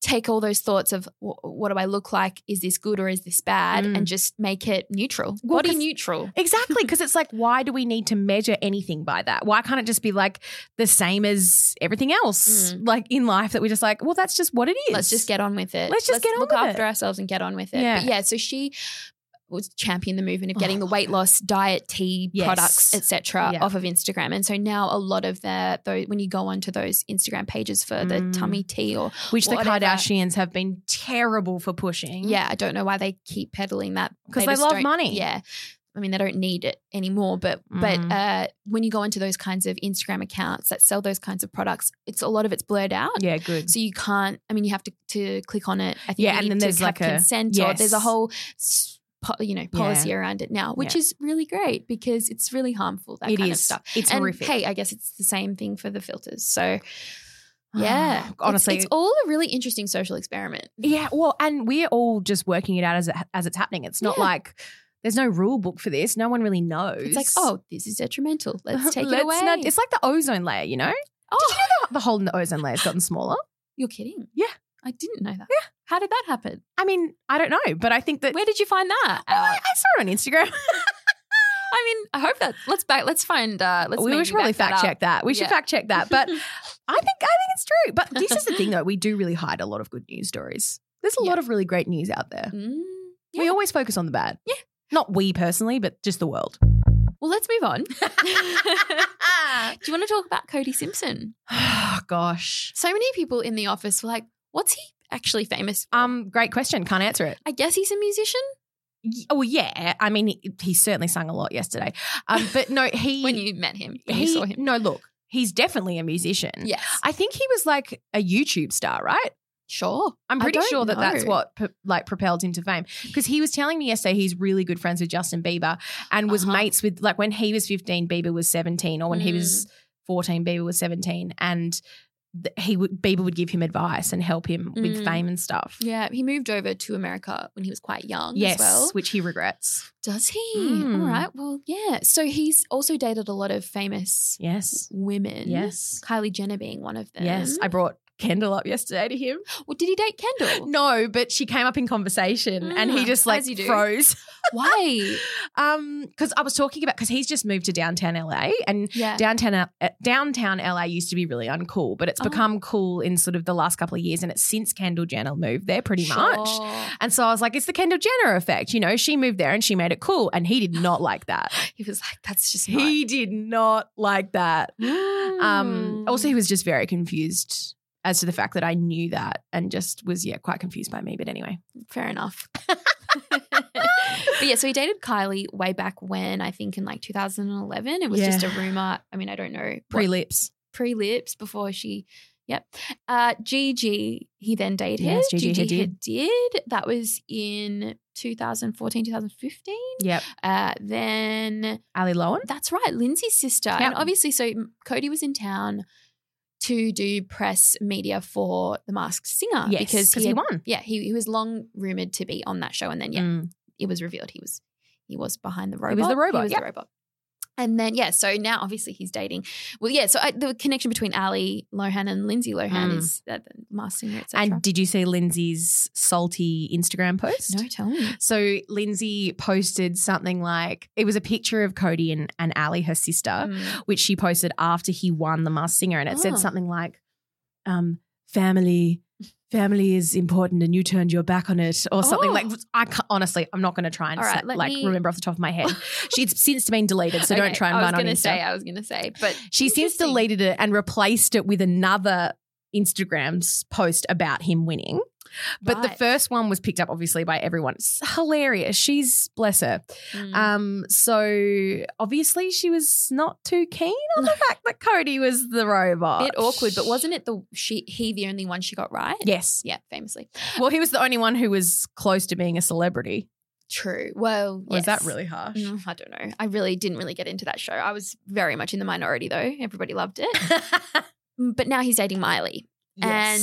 A: take all those thoughts of "Wh- what do I look like? Is this good or is this bad?
B: Mm.
A: And just make it neutral,
B: Well,
A: body
B: 'cause-
A: neutral.
B: Exactly, because it's like, why do we need to measure anything by that? Why can't it just be like the same as everything else, like in life that we're just like, well, that's just what it is.
A: Mm. Let's just get on with it.
B: Let's just get on
A: look
B: with
A: after
B: it.
A: ourselves and get on with it.
B: Yeah.
A: But yeah, so she was champion the movement of
B: Oh,
A: getting
B: I
A: the
B: love
A: weight
B: that.
A: loss diet tea
B: Yes.
A: products etc
B: Yeah.
A: off of Instagram and so now a lot of their those when you go onto those Instagram pages for the
B: Mm.
A: tummy tea or
B: which the
A: whatever.
B: Kardashians have been terrible for pushing.
A: yeah I don't know why they keep peddling that
B: 'Cause they
A: just
B: love
A: don't-
B: money.
A: yeah I mean they don't need it anymore but
B: Mm.
A: but uh, when you go into those kinds of Instagram accounts that sell those kinds of products it's a lot of it's blurred out
B: yeah, good.
A: So you can't. I mean, you have to to click on it. I think
B: Yeah,
A: you
B: and
A: need
B: then
A: to
B: there's
A: have
B: like a-
A: consent. Or there's a
B: yes.
A: whole, s- po- you know, policy around it now, which
B: Yeah.
A: is really great because it's really harmful that
B: It
A: kind of
B: is.
A: stuff.
B: It's
A: and
B: horrific.
A: hey, I guess it's the same thing for the filters. So yeah, It's-
B: honestly,
A: it's, all a really interesting social experiment.
B: yeah. Well, and we're all just working it out as it, as it's happening. It's not
A: Yeah.
B: like there's no rule book for this. No one really knows.
A: It's like, oh, this is detrimental. Let's take it
B: Let's
A: away.
B: not- it's like the ozone layer, you know.
A: oh,
B: The hole in the ozone layer has gotten smaller.
A: you're kidding?
B: Yeah.
A: I didn't know that. Yeah, how did that happen?
B: I mean, I don't know, but I think that
A: Where did you find that?
B: Well, I,
A: out?
B: I saw it on Instagram.
A: I mean, I hope that. Let's back. Let's find. uh Let's.
B: we
A: maybe
B: should probably
A: back that
B: fact
A: up.
B: check that. We should
A: Yeah.
B: fact check that. But I think I think it's true. But this is the thing though, we do really hide a lot of good news stories. There's a lot of really great news out there.
A: Mm.
B: We always focus on the bad.
A: Yeah.
B: Not we personally, but just the world.
A: Well, let's move on. Do you want to talk about Cody Simpson?
B: oh gosh.
A: So many people in the office were like, what's he actually famous for?
B: Um, great question. Can't answer it.
A: I guess he's a musician.
B: Y- Oh yeah. I mean, he, he certainly sung a lot yesterday. Um, but no, he
A: When you met him, when
B: he
A: you saw him.
B: no look. He's definitely a musician.
A: Yes.
B: I think he was like a YouTube star, right?
A: sure.
B: I'm
A: I
B: pretty
A: don't
B: sure that that's
A: know.
B: what p- like propelled him to fame because he was telling me yesterday he's really good friends with Justin Bieber and was
A: Uh-huh.
B: mates with like when he was 15 Bieber was 17 or when he
A: Mm.
B: was 14 Bieber was 17 and th- he would Bieber would give him advice and help him with
A: Mm.
B: fame and stuff.
A: Yeah, he moved over to America when he was quite young
B: Yes,
A: as well.
B: which he regrets.
A: Does he?
B: Mm.
A: All right. Well, yeah. So he's also dated a lot of famous
B: Yes.
A: women.
B: Yes.
A: Kylie Jenner being one of them.
B: Yes, I brought Kendall up yesterday to him.
A: well, did he date Kendall?
B: No, but she came up in conversation and he
A: Mm,
B: just like
A: Oh. as you do.
B: froze.
A: Why?
B: Um cuz I was talking about cuz he's just moved to downtown LA and
A: Yeah.
B: downtown uh, downtown LA used to be really uncool, but it's
A: Oh.
B: become cool in sort of the last couple of years, and it's since Kendall Jenner moved there, pretty much.
A: Sure.
B: And so I was like, it's the Kendall Jenner effect, you know. She moved there and she made it cool, and he did not like that.
A: He was like, that's just not-
B: he did not like that. Um,
A: Mm.
B: also, he was just very confused as to the fact that I knew that, and just was yeah quite confused by me. But anyway,
A: Fair enough. but yeah, so he dated Kylie way back when, I think in like 2011. It was
B: Yeah.
A: just a rumor. I mean, I don't know.
B: pre lips,
A: Pre lips before she. Yep. Uh, Gigi, he then dated.
B: Yes, Gigi Hadid.
A: Hadid. That was in 2014, 2015.
B: yep,
A: Uh, then
B: Ali Lowen,
A: that's right, Lindsay's sister. And
B: Yep.
A: obviously, so mm, Cody was in town to do press media for The Masked Singer
B: yes,
A: because he,
B: he
A: had-
B: won.
A: yeah, he, he was long rumored to be on that show, and then yeah,
B: Mm.
A: it was revealed he was he was behind the robot.
B: was the robot,
A: He was
B: yep.
A: the robot. And then yeah, so now obviously he's dating. Well, yeah, so I, the connection between Ali Lohan and Lindsay Lohan
B: Mm.
A: is uh, the master singer, etc.
B: And did you see Lindsay's salty Instagram post?
A: no, tell me.
B: So Lindsay posted something like it was a picture of Cody and, and Allie, her sister,
A: Mm.
B: which she posted after he won the Masked Singer, and it
A: Oh.
B: said something like, um, "Family, family is important, and you turned your back on it," or something
A: Oh.
B: like. I can't, honestly, I'm not going to try and
A: All right,
B: sa-
A: let
B: like
A: me-
B: remember off the top of my head. She's since been deleted, so
A: Okay,
B: don't try and
A: I was
B: run on
A: gonna
B: Insta.
A: say, I was gonna say, but
B: She since
A: Interesting.
B: deleted it and replaced it with another Instagram's post about him winning. But the
A: Right.
B: first one was picked up obviously by everyone. It's hilarious. She's bless her.
A: Mm.
B: Um, so obviously she was not too keen on the fact that Cody was the robot.
A: bit awkward. But wasn't it the she he the only one she got right?
B: Yes.
A: yeah, famously.
B: Well, he was the only one who was close to being a celebrity.
A: True. Well,
B: Or is that
A: yes.
B: really harsh?
A: Mm, I don't know. I really didn't really get into that show. I was very much in the minority though. Everybody loved it. Mm. but now he's dating Miley. And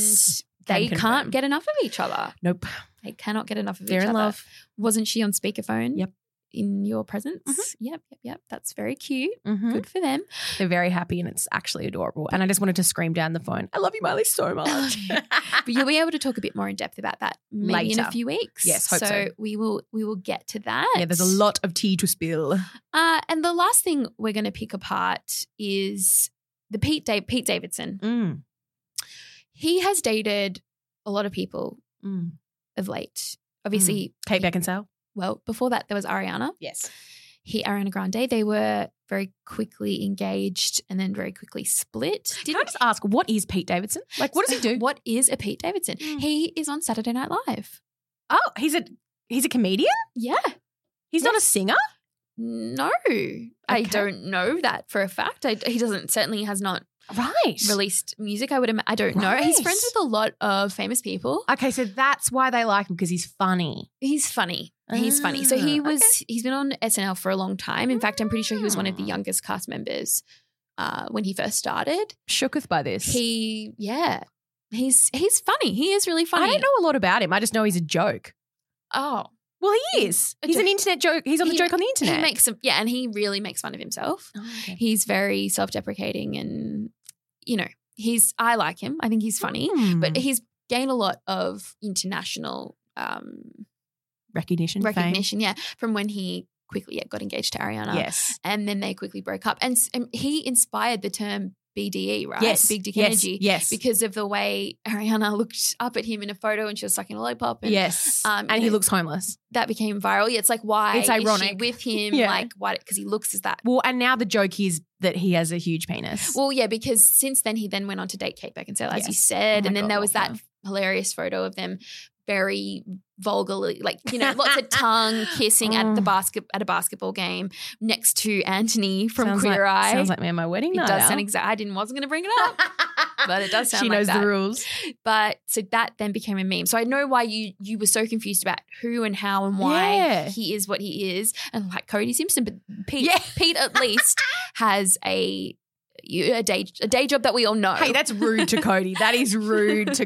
B: Can
A: they
B: confirm.
A: can't get enough of each other.
B: nope.
A: They cannot get enough of
B: They're
A: each
B: in
A: other.
B: love.
A: Wasn't she on speakerphone?
B: Yep.
A: In your presence?
B: Mhm.
A: Yep, yep, yep. That's very cute.
B: Mhm.
A: Good for them.
B: They're very happy and it's actually adorable. And I just wanted to scream down the phone, I love you, Miley, so
A: Oh,
B: much.
A: But you'll be able to talk a bit more in depth about that maybe in
B: Uh, Later.
A: a few weeks.
B: Yes, hope so.
A: we will we will get to that.
B: yeah, there's a lot of tea to spill.
A: Uh, and the last thing we're going to pick apart is the Pete da- Pete Davidson.
B: Mm.
A: He has dated a lot of people of
B: Mm.
A: late. Obviously,
B: Kate Beckinsale?
A: well, before that there was Ariana.
B: Yes.
A: He Ariana Grande. They were very quickly engaged and then very quickly split.
B: Can I just ask, what is Pete Davidson? Like, what does he do?
A: What is a Pete Davidson?
B: Mm.
A: He is on Saturday Night Live.
B: Oh, he's a he's a comedian?
A: Yeah.
B: He's not a singer?
A: No, I
B: Okay.
A: don't know that for a fact. I, he doesn't certainly has not
B: Right.
A: released music. I would. Im- I don't know. He's friends
B: Right.
A: with a lot of famous people.
B: Okay, so that's why they like him because he's funny.
A: He's funny. He's funny. So he
B: Ah,
A: was. He's been on SNL for a long time. In fact, I'm pretty sure he was one of the
B: Mm.
A: youngest cast members uh, when he first started.
B: Shooketh by this.
A: He, yeah, he's he's funny. He is really funny.
B: I don't know a lot about him. I just know he's a joke.
A: Oh,
B: Well, he is.
A: A
B: He's an
A: joke.
B: internet joke. He's on the
A: He-
B: joke on the
A: he
B: internet.
A: makes some. Yeah, and he really makes fun of himself.
B: Oh, okay.
A: He's very self-deprecating, and you know, he's. I like him. I think he's funny. but
B: Mm.
A: he's gained a lot of international um,
B: recognition, fame.
A: recognition. Yeah, from when he quickly yeah, got engaged to Ariana,
B: Yes.
A: and then they quickly broke up. And, s- and he inspired the term BDE, right?
B: Yes.
A: big dick
B: yes.
A: energy,
B: Yes.
A: because of the way Ariana looked up at him in a photo and she was sucking a lollipop. And
B: yes.
A: um,
B: and
A: you
B: he
A: know,
B: looks homeless.
A: that became viral. Yeah, it's like why
B: It's
A: is she
B: ironic.
A: with him?
B: Yeah.
A: Like why? Because he looks as that.
B: Well, and now the joke is that he has a huge penis.
A: Well, yeah, because since then he then went on to date Kate Beckinsale, as you
B: Yes.
A: said,
B: Oh my
A: and then
B: God,
A: there
B: love
A: was that
B: her.
A: hilarious photo of them very vulgarly, like you know, lots of tongue kissing at the
B: Mm.
A: basket at a basketball game next to Anthony from
B: sounds
A: Queer
B: like,
A: Eye.
B: Sounds like me and my wedding
A: it
B: night.
A: does sound
B: out.
A: exact. I didn't wasn't going to bring it up, but it does sound
B: she
A: like
B: knows
A: that.
B: the rules.
A: But so that then became a meme. So I know why you you were so confused about who and how and why
B: Yeah.
A: he is what he is, and like Cody Simpson, but Pete
B: Yeah.
A: Pete at least has a you- a day a day job that we all know.
B: Hey, that's rude to Cody. That is rude to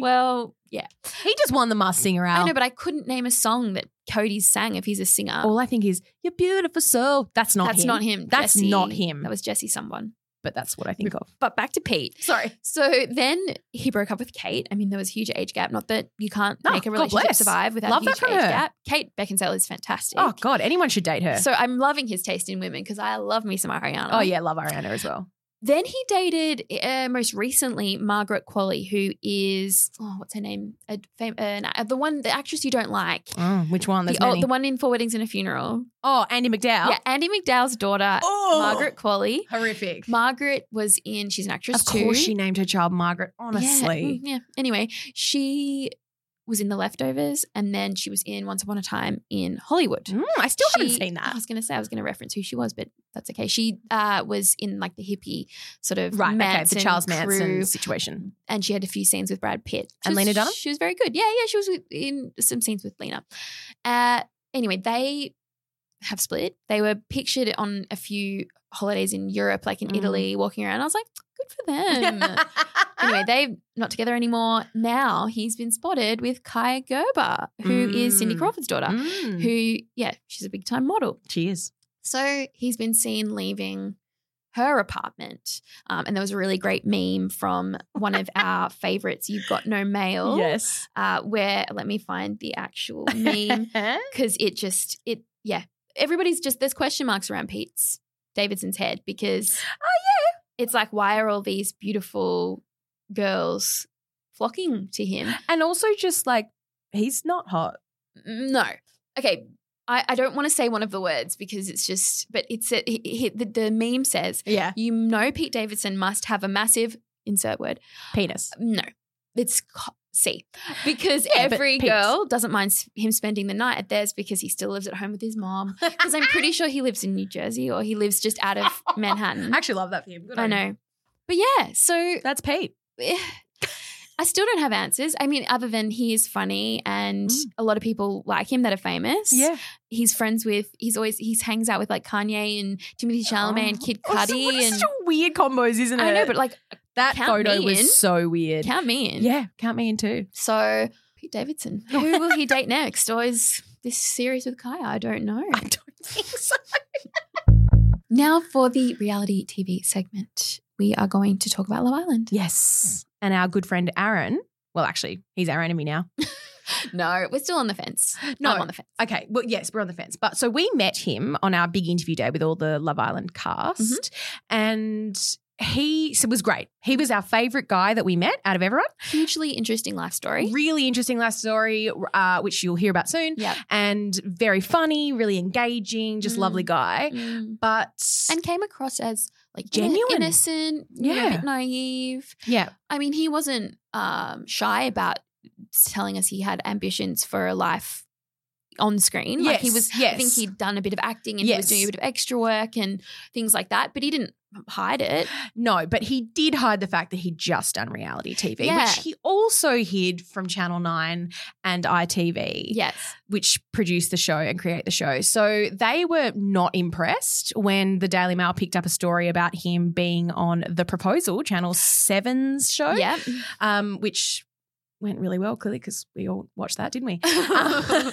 A: well, yeah,
B: he just won the Masked Singer
A: I
B: out.
A: know, but I couldn't name a song that Cody sang if he's a singer.
B: All I think is you're beautiful soul. That's not
A: uh, that's
B: him.
A: not him.
B: That's
A: Jesse.
B: not him.
A: That was Jesse someone.
B: but that's what I think of.
A: But back to Pete.
B: Sorry.
A: So then he broke up with Kate. I mean, there was a huge age gap. Not that you can't
B: No,
A: make a
B: Oh, God
A: relationship
B: bless.
A: survive without
B: Love
A: a
B: that
A: huge
B: from
A: age
B: her.
A: gap. Kate Beckinsale is fantastic.
B: Oh God, anyone should date her.
A: So um, I'm loving his taste in women because I love me some Ariana.
B: oh yeah, love Ariana as well.
A: Then he dated uh, most recently Margaret Qualley, who is oh, what's her name? A fam- uh, an- uh, the one, the actress you don't like.
B: Mm, which one?
A: The,
B: There's
A: oh,
B: many.
A: the one in Four Weddings and a Funeral.
B: oh, Andy McDowell.
A: Yeah, Andy McDowell's daughter,
B: Oh,
A: Margaret Qualley.
B: Horrific.
A: Margaret was in. She's an actress
B: of
A: too.
B: course, she named her child Margaret. Honestly,
A: Yeah, mm, yeah. Anyway, she was in The Leftovers, and then she was in Once Upon a Time in Hollywood.
B: Mm, I still haven't
A: She-
B: seen
A: I
B: that.
A: was going to say I was going to reference who she was, but that's okay. She uh, was in like the hippie sort of
B: Right. okay.
A: Manson
B: The Charles Manson
A: crew,
B: situation.
A: and she had a few scenes with Brad Pitt She
B: And
A: was-
B: Lena Dunham?
A: She was very good. Yeah, yeah. She was with- in some scenes with Lena. Uh, anyway, they have split. They were pictured on a few holidays in Europe, like in
B: Mm.
A: Italy, walking around. I was like, good for them.
B: Ah.
A: anyway, they're not together anymore. Now he's been spotted with Kaya Gerber, who is Cindy
B: Mm.
A: Crawford's daughter,
B: Mm,
A: who, yeah, she's a big time model.
B: she is.
A: So he's been seen leaving her apartment. Um, and there was a really great meme from one of our favorites, You've Got No Mail,
B: Yes.
A: uh, where let me find the actual meme because it just, it, yeah, everybody's just, there's question marks around Pete's Davidson's head because
B: Oh
A: it's like, why are all these beautiful girls flocking to him?
B: yeah. And also just like he's not hot. Mm,
A: No. Okay. I, I don't want to say one of the words because it's just, but it's a, he, he, the, the meme says,
B: Yeah.
A: you know, Pete Davidson must have a massive insert word.
B: Penis.
A: No, it's co- C because
B: Yeah, but
A: every
B: Pete's-
A: girl doesn't mind s- him spending the night at theirs because he still lives at home with his mom. Because I'm pretty sure he lives in New Jersey or he lives just out of Manhattan.
B: I actually love that for him. Good
A: I
B: on him.
A: know. But yeah, so
B: That's Pete.
A: eh, I still don't have answers. I mean, other than he is funny and
B: Mm.
A: a lot of people like him that are famous. He's friends with, he's always, he hangs out with like Kanye and Timothy Chalamet and Kid
B: Oh, so-
A: Cudi.
B: what is
A: and
B: such a weird combos, isn't it?
A: I know, but like,
B: that
A: count
B: photo
A: me
B: was
A: in.
B: so weird.
A: count me in.
B: yeah, count me in too.
A: So, Pete Davidson. Who will he date next? Or is this series with Kaya? I don't know.
B: I don't think so.
A: Now for the reality TV segment. We are going to talk about Love Island.
B: Yes, and our good friend Aaron. Well, actually, he's our enemy now.
A: No, we're still on the fence.
B: No.
A: I'm on the fence.
B: Okay. Well, yes, we're on the fence. But so we met him on our big interview day with all the Love Island cast. Mm-hmm. And he so it was great. He was our favorite guy that we met out of everyone.
A: Hugely interesting life story.
B: Really interesting last story, uh, which you'll hear about soon.
A: Yeah.
B: And very funny, really engaging, just
A: Mm.
B: lovely guy. But
A: And came across as like
B: Genuine.
A: innocent, yeah, a
B: Yeah.
A: bit naive.
B: yeah,
A: I mean, he wasn't um, shy about telling us he had ambitions for a life on screen. Like he
B: Yes,
A: was, I
B: yes.
A: think he'd done a bit of acting and he was
B: Yes.
A: doing a bit of extra work and things like that, but he didn't hide it.
B: no, but he did hide the fact that he'd just done reality TV,
A: Yeah.
B: which he also hid from Channel 9 and ITV.
A: Yes.
B: which produce the show and create the show. So they were not impressed when the Daily Mail picked up a story about him being on The Proposal, Channel 7's show,
A: Yeah.
B: um, which went really well, clearly, because we all watched that, didn't we? Um,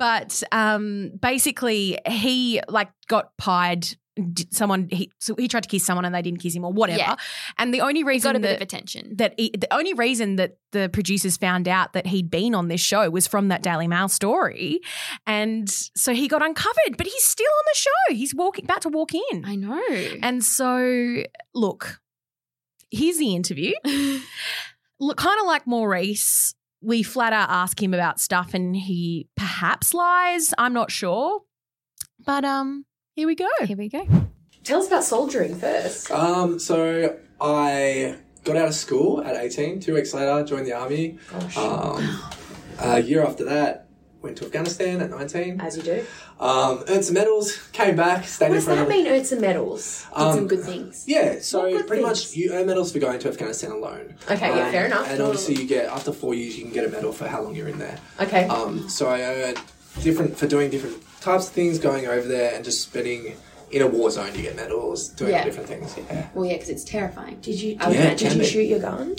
B: but um, basically, he like got pied. d- Someone he so he tried to kiss someone and they didn't kiss him or whatever.
A: Yeah.
B: And the only
A: He
B: reason
A: got a bit
B: that
A: of attention.
B: that he, the only reason that the producers found out that he'd been on this show was from that Daily Mail story, and so he got uncovered. But he's still on the show. He's walking about to walk in,
A: I know.
B: and so look, here's the interview. Look, kind of like Maurice, we flat out ask him about stuff, and he perhaps lies. I'm not sure, but um, here we go.
A: Here we go.
D: Tell us about soldiering first.
E: Um, so I got out of school at 18. Two weeks later, joined the army.
D: Oh,
E: Um, a year after that, went to Afghanistan at 19.
D: As you do.
E: Um, earned some medals, came back, stayed
D: What
E: in
D: does
E: front
D: that
E: of.
D: mean? Earn some medals. Did some
E: Um,
D: good things.
E: Yeah, so
D: Well, good
E: pretty much
D: things.
E: you earn medals for going to Afghanistan alone.
D: Okay, yeah,
E: Um,
D: fair enough.
E: And obviously, you get after four years, you can get a medal for how long you're in there.
D: Okay.
E: Um, so I earned different for doing different types of things, going over there and just spending in a war zone. You get medals doing
D: Yeah.
E: different things. Yeah.
D: well, yeah, because it's terrifying. Did you?
E: would
D: did,
E: imagine
D: you
E: it.
D: shoot your gun?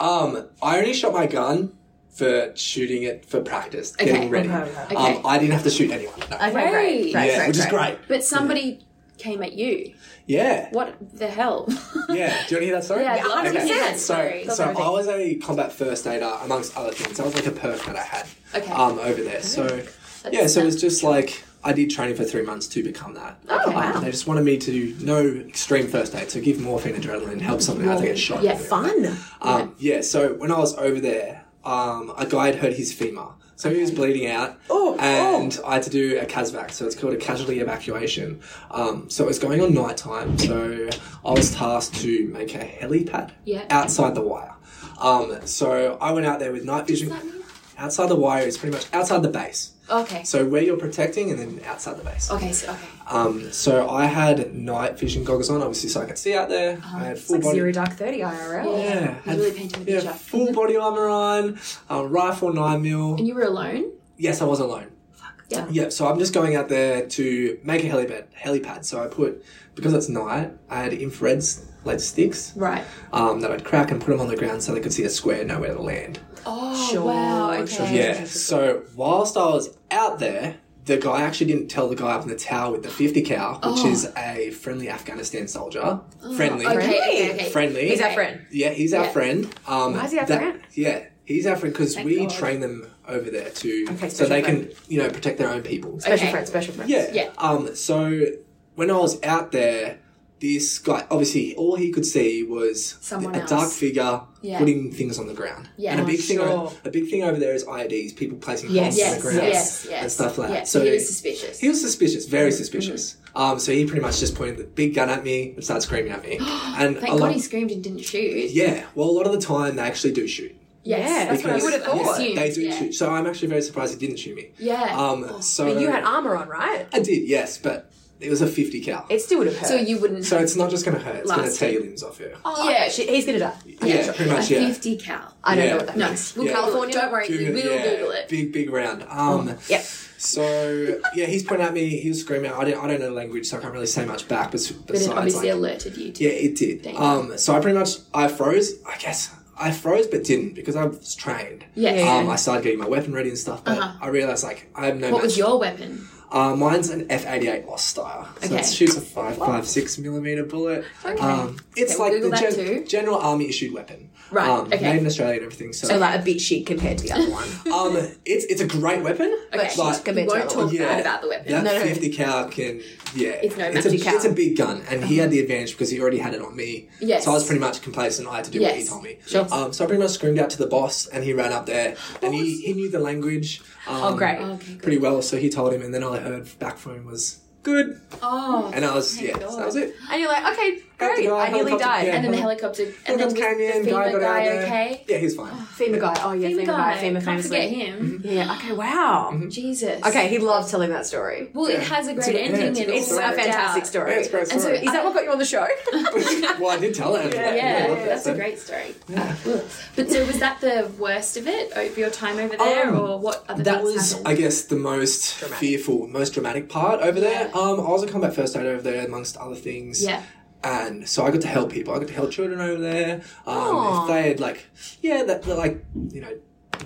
E: Um, I only shot my gun for shooting it for practice,
D: Okay,
E: getting ready.
D: okay.
E: Um, I didn't have to shoot anyone. No.
D: Okay, great. great,
E: Yeah,
D: great,
E: which is great.
D: But somebody came at you.
E: Yeah,
D: What the hell?
E: yeah. Do you want to hear that story?
D: Yeah, I'd love to
E: Okay.
D: hear that story.
E: So, so I was a combat first aider amongst other things. That was like a perk that I had
D: Okay.
E: um, over there. So yeah, so it was just like I did training for three months to become that.
D: Oh,
E: Um,
D: wow.
E: They just wanted me to know extreme first aid, so give morphine, adrenaline, help someone out to get shot.
D: yeah, fun.
E: Um, yeah, so when I was over there, um, a guy had hurt his femur. So he was bleeding out,
D: Oh,
E: and I had to do a CASVAC, so it's called a casualty evacuation. Um, so it was going on night time, so I was tasked to make a helipad
D: Yeah.
E: outside the wire. Um, so I went out there with night vision. Outside the wire is pretty much outside the base.
D: Okay.
E: So where you're protecting, and then outside the base.
D: Oh. okay. So okay.
E: Um, so I had night vision goggles on, obviously, so I could see out there.
D: Uh-huh.
E: I had full body
D: dark thirty IRL.
E: yeah,
D: He's really painting the
E: yeah,
D: picture.
E: full body armor on, uh, rifle nine mil.
D: And you were alone.
E: Yes, I was alone.
D: Yeah.
E: Yeah, so I'm just going out there to make a helipad. Helipad. So I put because it's night, I had infrared like sticks
D: Right.
E: um, that I'd crack and put them on the ground so they could see a square, nowhere to land.
D: Oh wow. Oh, Okay.
E: Yeah. So whilst I was out there, the guy actually didn't tell the guy up in the tower with the 50 cow, which
D: Oh.
E: is a friendly Afghanistan soldier. friendly.
D: Okay. Okay. okay.
E: Friendly.
D: He's our friend.
E: Yeah, he's our
D: Yeah.
E: friend. Um,
D: Why is he our
E: that-
D: friend?
E: Yeah, he's our friend because we
D: God.
E: train them over there to
D: Okay,
E: so
D: special
E: they
D: friend.
E: can you know protect their own people.
D: Special friend. Special friend.
E: Yeah.
D: Yeah.
E: Um. So when I was out there, this guy obviously all he could see was
D: Someone
E: a
D: else.
E: dark figure
D: Yeah.
E: putting things on the ground.
D: Yeah.
E: And a
D: Oh,
E: big thing.
D: sure.
E: o- A big thing over there is IEDs, people placing
B: Yes.
E: bombs on
D: Yes.
E: the ground
D: Yes. Yes.
E: and stuff like
D: Yeah,
E: that. So
D: he was suspicious. Mm-hmm.
E: he was suspicious, very suspicious. Um, so he pretty much just pointed the big gun at me and started screaming at me. And
D: Thank
E: a
D: God
E: lot,
D: he screamed and didn't shoot.
E: yeah, well, a lot of the time they actually do shoot.
D: Yes,
B: Yeah,
D: that's what I
E: Because-
D: would have thought.
E: yeah, they do
D: yeah.
E: shoot. So I'm actually very surprised he didn't shoot me.
D: Yeah. Oh,
E: Um, so
D: but you had armor on, right?
E: I did, yes, but It was a 50 cal.
F: It still would have hurt.
D: So you wouldn't.
E: so it's not just going to hurt, it's going to
D: Last.
E: tear your limbs off you.
F: Oh,
D: Yeah.
F: yeah, she, he's gonna die.
E: yeah, pretty much, yeah.
D: fifty cal.
F: I don't
E: Yeah.
F: know what that
D: No,
F: means.
D: we'll
E: Yeah.
D: California. Don't worry,
E: Google-
D: we will
E: yeah,
D: Google it. Mm,
E: Big, big round. Um,
F: Yep.
E: So, yeah, he's pointing at me, he was screaming. I don't, I don't know the language, so I can't really say much back, but,
D: But
E: besides,
D: it obviously
E: like,
D: alerted you to.
E: Yeah, it did.
D: Dang.
E: Um, so I pretty much I froze. I guess I froze, but didn't because I was trained.
D: Yes. Uh-huh.
E: Um, I started getting my weapon ready and stuff, but I realized like I have no.
D: What
E: match.
D: was your weapon?
E: Uh, mine's an F eighty eight Ostire. So
D: Okay.
E: it shoots a five five six millimeter bullet.
D: Okay.
E: Um, it's
D: Okay,
E: like
D: Google
E: the
D: that
E: gen-
D: too.
E: general army issued weapon.
D: Right,
E: Um,
D: okay.
E: Made in Australia and everything. So,
F: So like a bit shit compared to the other
E: um,
F: one.
E: it's it's a great weapon.
F: But she's
E: but-
F: compared
D: We
F: to the
D: won't
F: other
D: talk
F: one.
E: yeah,
D: bad about the weapon.
E: That
F: No, no.
E: 50 cal can, yeah.
D: It's no
E: a,
F: magic cal.
E: It's a big gun, and he had the advantage because he already had it on me.
D: Yes.
E: So I was pretty much complacent. I had to do what he
D: Yes.
E: told me.
D: Sure.
E: Um, so I pretty much screamed out to the boss, and he ran up there, and he, he knew the language. Um,
F: Oh, great.
D: Okay,
E: Pretty well, so he told him, and then all I heard back from him was, good.
D: Oh,
E: And I was, yeah, so that was it.
D: and you're like, okay,
E: Got the
D: great.
E: guy,
F: I nearly
E: helicopter-
F: died.
E: yeah,
D: And then the helicopter, and then was
E: helicopter came in,
D: the
E: guy
D: FEMA
E: got
D: guy,
E: out there.
D: okay?
E: Yeah, he's fine.
F: FEMA guy. Oh yeah, FEMA,
D: FEMA
F: guy.
D: guy,
F: FEMA
D: can't
F: famously.
D: forget him. Mm-hmm.
F: Yeah. Okay. Wow.
D: Jesus.
F: Okay. He loves telling that story.
D: Well, it
E: Yeah.
D: has a
E: It's
D: great
E: a- yeah, it's
D: ending.
E: a
D: and
E: good
D: it's
F: It's
E: story.
F: a fantastic
E: Yeah,
F: story.
E: it's a great
D: And so
E: story.
F: Is that what got you on the show?
E: well, I did tell him.
D: Yeah,
E: I love that
D: that's a
E: story.
D: great story. Ugh. But so was that the worst of it of your time over there,
E: Um,
D: or what other
E: that
D: things
E: was,
D: happened?
E: I guess, the most fearful, most dramatic part over there. Um, I was a combat first aid over there, amongst other things.
D: yeah.
E: And so I got to help people. I got to help children over there. Um,
F: Aw.
E: if they had like, yeah, that that, like, you know,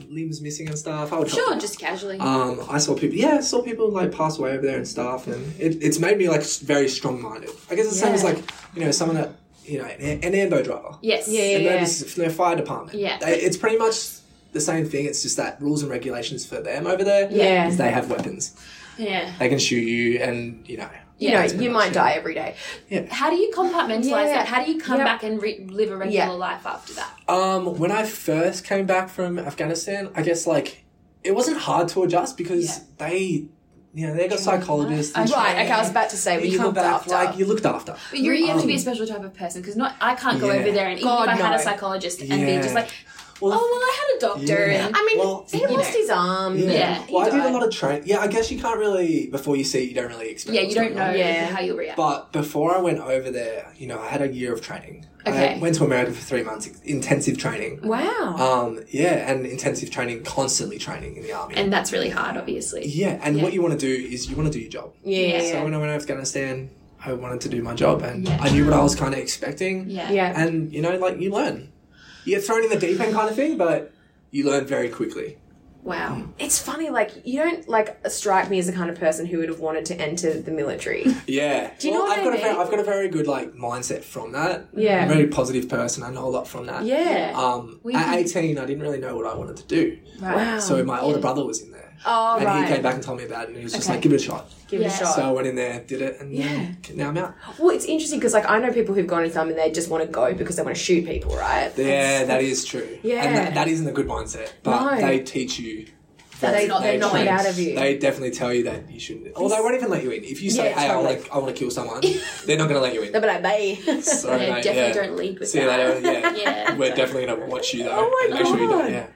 E: limbs missing and stuff, I would help
D: Sure, Uh,
E: them.
D: just casually.
E: Um, I saw people. Yeah, I saw people like pass away over there and stuff, and it, it's made me like s- very strong-minded. I guess the same as
D: Yeah.
E: like you know someone that you know an, an ambo driver.
D: yes.
F: Yeah, yeah.
E: Emergency, from their fire department.
D: Yeah.
E: They, it's pretty much the same thing. It's just that rules and regulations for them over there.
F: Yeah.
E: is They have weapons.
D: Yeah.
E: They can shoot you, and you know.
F: You
D: Yeah,
F: know,
E: that's pretty
F: you
E: much
F: might
E: it.
F: die every day.
D: How do you compartmentalize
F: Yeah.
D: that? How do you come
F: Yeah.
D: back and re- live a regular
F: Yeah.
D: life after that?
E: Um, when I first came back from Afghanistan, I guess like it wasn't hard to adjust because they, you know, they got psychologists. and
F: Right.
E: trained.
F: Okay. I was about to say when
E: You
F: you
E: come
F: looked
E: back
F: after.
E: like you looked after.
D: But you really have to be a
E: Um,
D: special type of person because not I can't go
E: Yeah.
D: over there and even
F: God,
D: if I had a
F: no.
D: psychologist and be just
E: Yeah.
D: like, oh
E: Well,
D: well, I had a doctor
E: Yeah.
D: and
F: I mean,
E: Well,
F: he
E: you
F: lost
D: know.
F: his arm.
E: Yeah.
D: Yeah,
E: well, I
F: he
E: did a
F: died.
E: lot of train. Yeah, I guess you can't really before you see, you don't really expect.
D: yeah,
E: what's
D: you don't
E: going on.
D: know
F: Yeah.
D: how you'll react.
E: But before I went over there, you know, I had a year of training.
D: Okay.
E: I went to America for three months, intensive training.
F: Wow.
E: Um, yeah, and intensive training, constantly training in the army.
D: and that's really hard, obviously.
E: yeah, and
D: Yeah.
E: what you want to do is you want to do your job.
F: yeah.
E: So when I went to Afghanistan, I wanted to do my job, and
D: Yeah.
E: I knew what I was kind of expecting.
D: Yeah.
F: yeah.
E: And you know, like you learn, you get thrown in the deep end kind of thing, but you learn very quickly. Mm.
D: Wow.
F: It's funny, like you don't like strike me as the kind of person who would have wanted to enter the military.
E: Yeah.
F: Do you
E: well,
F: know what
E: I've
F: I
E: got a
F: mean?
E: very, I've got a very good like mindset from that.
F: Yeah.
E: I'm a very positive person. I know a lot from that.
F: Yeah.
E: Um,
D: We-
E: at 18, I didn't really know what I wanted to do.
F: Wow.
E: So my older brother was in there.
F: oh
E: and
F: right.
E: he came back and told me about it, and he was just
D: Okay.
E: like, "Give it a shot."
F: Give it
D: Yeah.
F: a shot.
E: So I went in there, did it, and then now I'm out.
F: well, it's interesting because like I know people who've gone into them and they just want to go because they want to shoot people, right?
E: Yeah, that is true.
F: Yeah.
E: and that, that isn't a good mindset. But
F: No.
E: they teach you.
F: So they,
D: not-
F: they
D: they're not
F: knock it
E: train-
F: out of you.
E: They definitely tell you that you shouldn't. Or they won't even let you in if you say,
F: Yeah,
E: "Hey, I
F: totally.
E: want to, I want to kill someone." they're not going to let you in.
F: They'll be like, "Bye."
E: Sorry,
D: yeah,
E: mate,
D: definitely
E: yeah.
D: don't lead with
E: See you
D: that.
E: later. Yeah.
D: Yeah.
E: We're definitely going to watch you though.
F: Oh my
E: and make sure you
F: God.
E: don't. Yeah.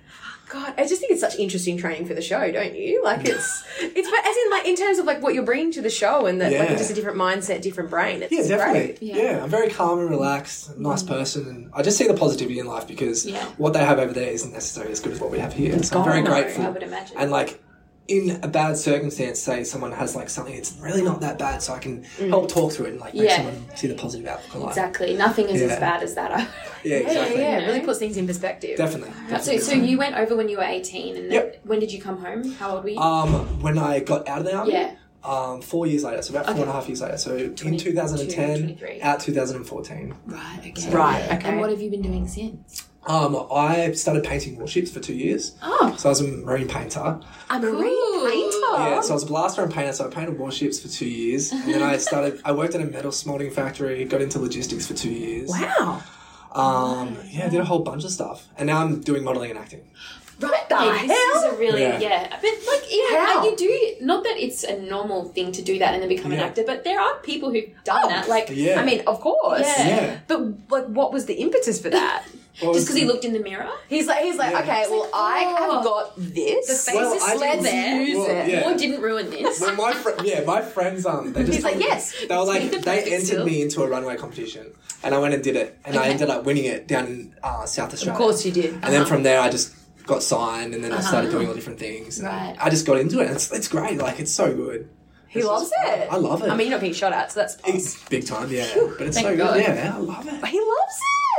F: God, I just think it's such interesting training for the show, don't you? Like it's it's but as in like in terms of like what you're bringing to the show and that like
E: Yeah.
F: just a different mindset, different brain. It's
E: Yeah, definitely.
F: Great.
D: Yeah.
E: Yeah. I'm very calm and relaxed, nice person, and I just see the positivity in life because
D: Yeah.
E: what they have over there isn't necessarily as good as what we have here. So I'm very
F: God, no,
E: grateful.
D: I would imagine.
E: And like in a bad circumstance, say someone has like something, it's really not that bad, so I can help talk through it and like make
D: Yeah.
E: someone see the positive outlook of life.
D: Exactly. Nothing is as
E: Yeah.
D: bad as that. I
E: Yeah,
F: Yeah,
E: exactly.
F: yeah, It really puts things in perspective.
E: Definitely.
D: So,
E: definitely.
D: so you went over when you were 18 and then
E: Yep.
D: when did you come home? How old were you?
E: Um, when I got out of the army,
D: Yeah.
E: um, four years later, so about four
D: Okay.
E: and a half years later, so in 2010,
D: 23.
E: out 2014.
D: right, okay.
F: Right.
E: Yeah.
F: Okay.
D: And what have you been doing since?
E: Um, I started painting warships for two years.
D: Oh.
E: So I was a marine painter.
F: a marine
D: Cool.
F: painter.
E: Yeah, so I was a blaster and painter, so I painted warships for two years. And then I started, I worked at a metal smelting factory, got into logistics for two years.
F: Wow.
E: Um, yeah, I did a whole bunch of stuff. And now I'm doing modelling and acting.
D: Right,
F: the
D: yeah, this is
F: hell?
D: a really yeah.
E: Yeah.
D: But like, you know,
F: How?
D: you do not that it's a normal thing to do that and then become an
E: Yeah.
D: actor, but there are
A: Oh.
D: people who've done that. Like,
E: Yeah.
F: I mean, of course.
D: Yeah.
E: Yeah.
F: But like, what was the impetus for that?
E: Well,
A: just because he looked in the mirror.
F: He's like, he's like,
E: Yeah.
F: okay, well, I have got this.
A: The face Well,
E: is I still
F: Let's
A: there.
F: use
E: Well,
F: it.
E: yeah.
A: Or didn't ruin this.
E: Well, my fr- yeah, my friends um, they just
F: He's like,
E: told me-
F: yes,
E: they
A: make
E: were like
A: the
E: they
A: perfect
E: entered
A: still.
E: me into a runway competition, and I went and did it, and I
A: Okay.
E: ended up winning it down in uh, South Australia.
F: Of course you did.
E: And then from there, I just got signed, and then I started doing all different things. and
A: Right.
E: I just got into it. and It's it's great. Like it's so good.
F: He
E: It's
F: loves
E: just-
F: it.
E: I love it.
F: I mean, you're not being shot at, so that's.
E: it's big time. Yeah, but it's so
A: Thank
E: good.
A: God.
E: Yeah, man, I love it.
F: He loves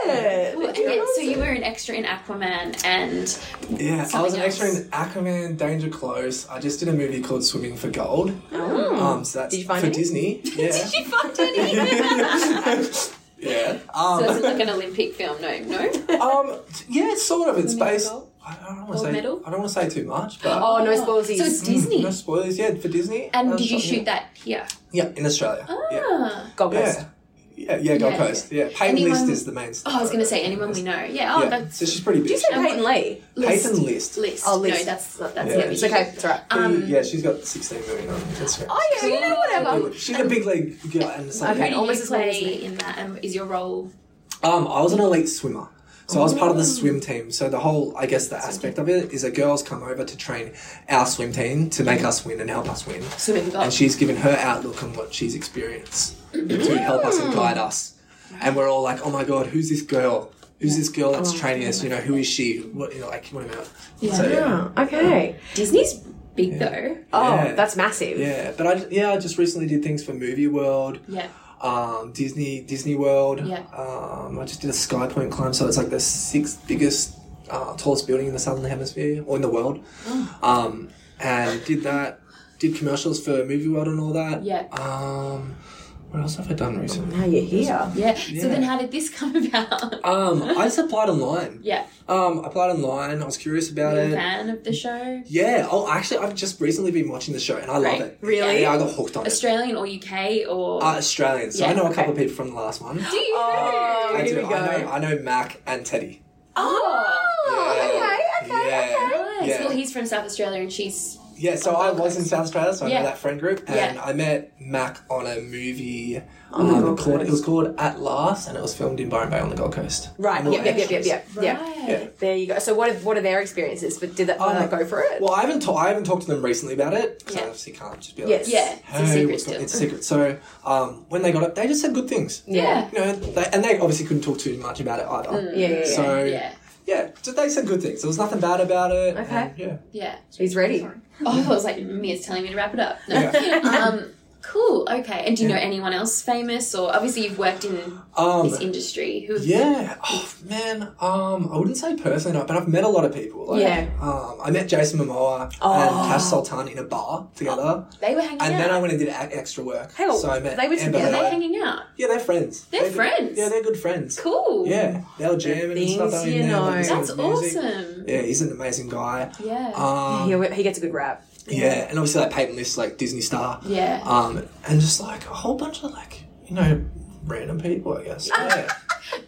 F: it.
A: Well, and
F: He
A: yet,
F: loves
A: so
F: it.
A: you were an extra in Aquaman, and
E: Yeah, I was
A: Something
E: an extra
A: else.
E: in Aquaman, Danger Close. I just did a movie called Swimming for Gold.
A: Oh.
E: Um, so that's
F: Did you find
E: for
F: any?
E: Disney. Yeah.
A: did you find anything?
E: yeah. Um,
A: so is it like an Olympic film? No, no.
E: Um, yeah, sort of. It's
A: Gold
E: based.
A: medal?
E: I don't want
A: Gold
E: to say.
A: medal?
E: I don't want to say too much, but
F: Oh, no spoilsies.
A: So it's Disney.
E: no spoilers. Yeah, for Disney.
A: And
E: Uh,
A: did you
E: shot-
A: shoot that here?
E: Yeah, in Australia. Yeah.
A: Ah.
F: Gold Coast.
E: yeah, yeah, yeah. Gold
A: Yeah,
E: Coast. Yeah, Payton
A: Anyone-
E: List is the main.
A: Oh, I was going to say anyone we know. Yeah. Oh,
E: yeah.
A: that's
E: so she's pretty big.
F: Did you say Peyton Lee?
A: list.
E: Peyton List.
A: list.
F: Oh, list.
A: No, that's that's
E: Yeah.
A: yeah.
F: It's okay. It's alright.
A: Um,
E: yeah, she's got 16 million on Instagram.
F: Oh yeah, you know whatever.
E: She's a big league girl and it's like,
A: Who
F: Okay.
A: do
F: almost
A: you
F: as well as
A: play
F: me.
A: in that? And is your role?
E: Um, I was an elite swimmer. So I was part of the
A: Oh.
E: swim team. So the whole, I guess, the aspect of it is that girls come over to train our swim team to make us win and help us win.
A: Swimming goal.
E: And she's given her outlook on what she's experienced to help us and guide us. And we're all like, oh my god, who's this girl? Who's this girl
A: Oh,
E: that's training us? You know, who is she? What, you know, like, what about? Yeah. So, yeah.
F: Oh, okay.
A: Disney's big though.
F: Oh,
E: Yeah.
F: that's massive.
E: Yeah, but I yeah I just recently did things for Movie World,
A: Yeah.
E: um, Disney Disney World.
A: Yeah.
E: Um, I just did a sky point climb, so it's like the sixth biggest, uh, tallest building in the southern hemisphere or in the world.
A: Oh.
E: Um, and did that. Did commercials for Movie World and all that.
A: Yeah.
E: Um, what else have I done recently?
F: Now you're here.
A: yeah. So then, how did this come about?
E: Um, I just applied online.
A: yeah.
E: Um, I applied online. I was curious about
A: You're a
E: it.
A: fan of the show.
E: Yeah. Oh, actually, I've just recently been watching the show and I
A: Right.
E: love it.
F: Really?
E: Yeah, I got hooked on it.
A: Australian or UK or?
E: Uh, Australian. So
A: Yeah,
E: I know a couple of people from the last one.
A: do you?
F: Oh,
E: I do.
F: here we go.
E: I know. I know Mac and Teddy.
F: Oh, okay, okay, okay.
A: Nice.
E: Yeah.
A: Well, he's from South Australia and she's
E: Yeah, so I was in South Australia, so I
A: Yeah.
E: know that friend group, and
A: Yeah.
E: I met Mac on a movie.
F: the
E: um,
F: Gold
E: called, it
F: Coast.
E: was called At Last, and it was filmed in Byron Bay on the Gold Coast.
F: Right.
E: And we
F: Yep.
E: were
F: Yep. Yep. Yep.
E: extras.
F: Yep. Yep.
E: Yeah.
F: There you go. So what? Are, what are their experiences? But did that, did
E: Oh,
F: that go for it?
E: Well, I haven't. Ta- I haven't talked to them recently about it because
A: Yeah.
E: I obviously can't just be like,
F: Yes.
A: Yeah. It's a
E: "Hey,
A: secret
E: what's going-"
A: still.
E: It's a secret. So um, when they got up, they just said good things.
F: yeah.
E: You know, they, and they obviously couldn't talk too much about it either.
F: Mm. Yeah. Yeah. yeah.
E: So
A: yeah.
E: yeah, so they said good things. There was nothing bad about it.
F: Okay.
E: and, yeah.
A: Yeah.
F: He's ready.
A: Oh, I was like, Mia's telling me to wrap it up. No.
E: Yeah.
A: um, cool. Okay. And do you know anyone else famous or obviously you've worked in
E: Um,
A: this industry? Who?
E: Yeah. Oh man. Um, I wouldn't say personally, not, but I've met a lot of people. Like,
F: Yeah. Oh.
E: Um, I met Jason Momoa and Cash Sultan in a bar together,
A: They were hanging
E: and
A: out.
E: then I went and did a- extra work.
F: Hang on,
E: So I met.
F: they were
E: Amber
F: together?
A: They're
E: Heard.
A: hanging out.
E: yeah, they're friends.
A: They're
E: good-
A: friends?
E: yeah, they're good friends.
A: Cool.
E: Yeah, they'll jam and stuff.
F: things
E: I mean,
F: you
E: they
F: know.
E: listen to
A: That's
E: his music.
A: awesome.
E: Yeah, he's an amazing guy.
A: Yeah.
E: Um,
F: He, he gets a good rap.
E: yeah, and obviously like Peyton List, like Disney star.
A: Yeah.
E: Um, and just like a whole bunch of like you know random people, I guess. Yeah.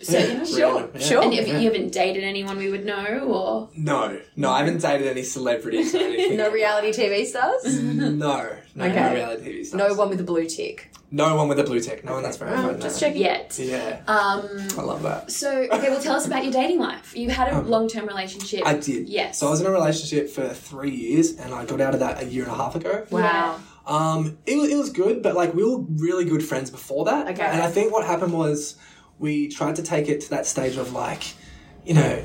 A: So,
E: Yeah,
A: sure,
E: random, yeah.
F: sure.
A: And if you haven't dated anyone we would know or?
E: No, no, I haven't dated any celebrities or anything.
F: No reality TV stars.
E: No, no, no
F: Okay.
E: reality TV stars.
F: No one with a blue tick.
E: No one with a blue tick. No one that's very
F: Oh,
E: fun.
F: just
E: no.
F: checking.
A: Yet.
E: Yeah,
A: Um,
E: I love that.
A: so, okay, well, tell us about your dating life. You had a
E: Um,
A: long term relationship.
E: I did.
A: Yes.
E: So I was in a relationship for three years, and I got out of that a year and a half ago.
F: Wow.
E: Um, it, wa- it was good, but like we were really good friends before that.
F: Okay.
E: And I think what happened was we tried to take it to that stage of like, you know,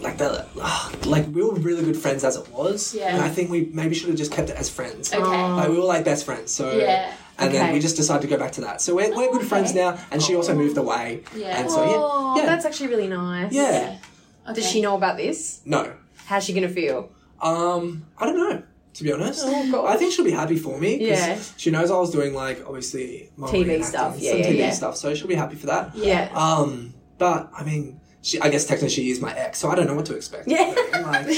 E: like the ugh, like we were really good friends as it was.
A: Yeah.
E: And I think we maybe should have just kept it as friends.
A: Okay.
F: Oh,
E: Like we were like best friends. So
A: Yeah.
E: And then
F: Okay.
E: we just decided to go back to that. So we're, we're good friends now, and she also moved away.
A: Yeah.
E: And so yeah,
F: Oh,
E: yeah,
F: that's actually really nice.
E: yeah.
A: Okay.
F: Does she know about this?
E: No,
F: How's she gonna feel?
E: Um, I don't know. To be honest,
F: Oh, gosh.
E: I think she'll be happy for me. 'cause
F: Yeah.
E: she knows I was doing like obviously modeling
F: TV
E: and acting,
F: stuff. Yeah,
E: some
F: yeah,
E: TV
F: yeah.
E: stuff. So she'll be happy for that.
F: Yeah.
E: Um, but I mean, she, I guess technically she is my ex, so I don't know what to expect.
F: Yeah.
E: Like,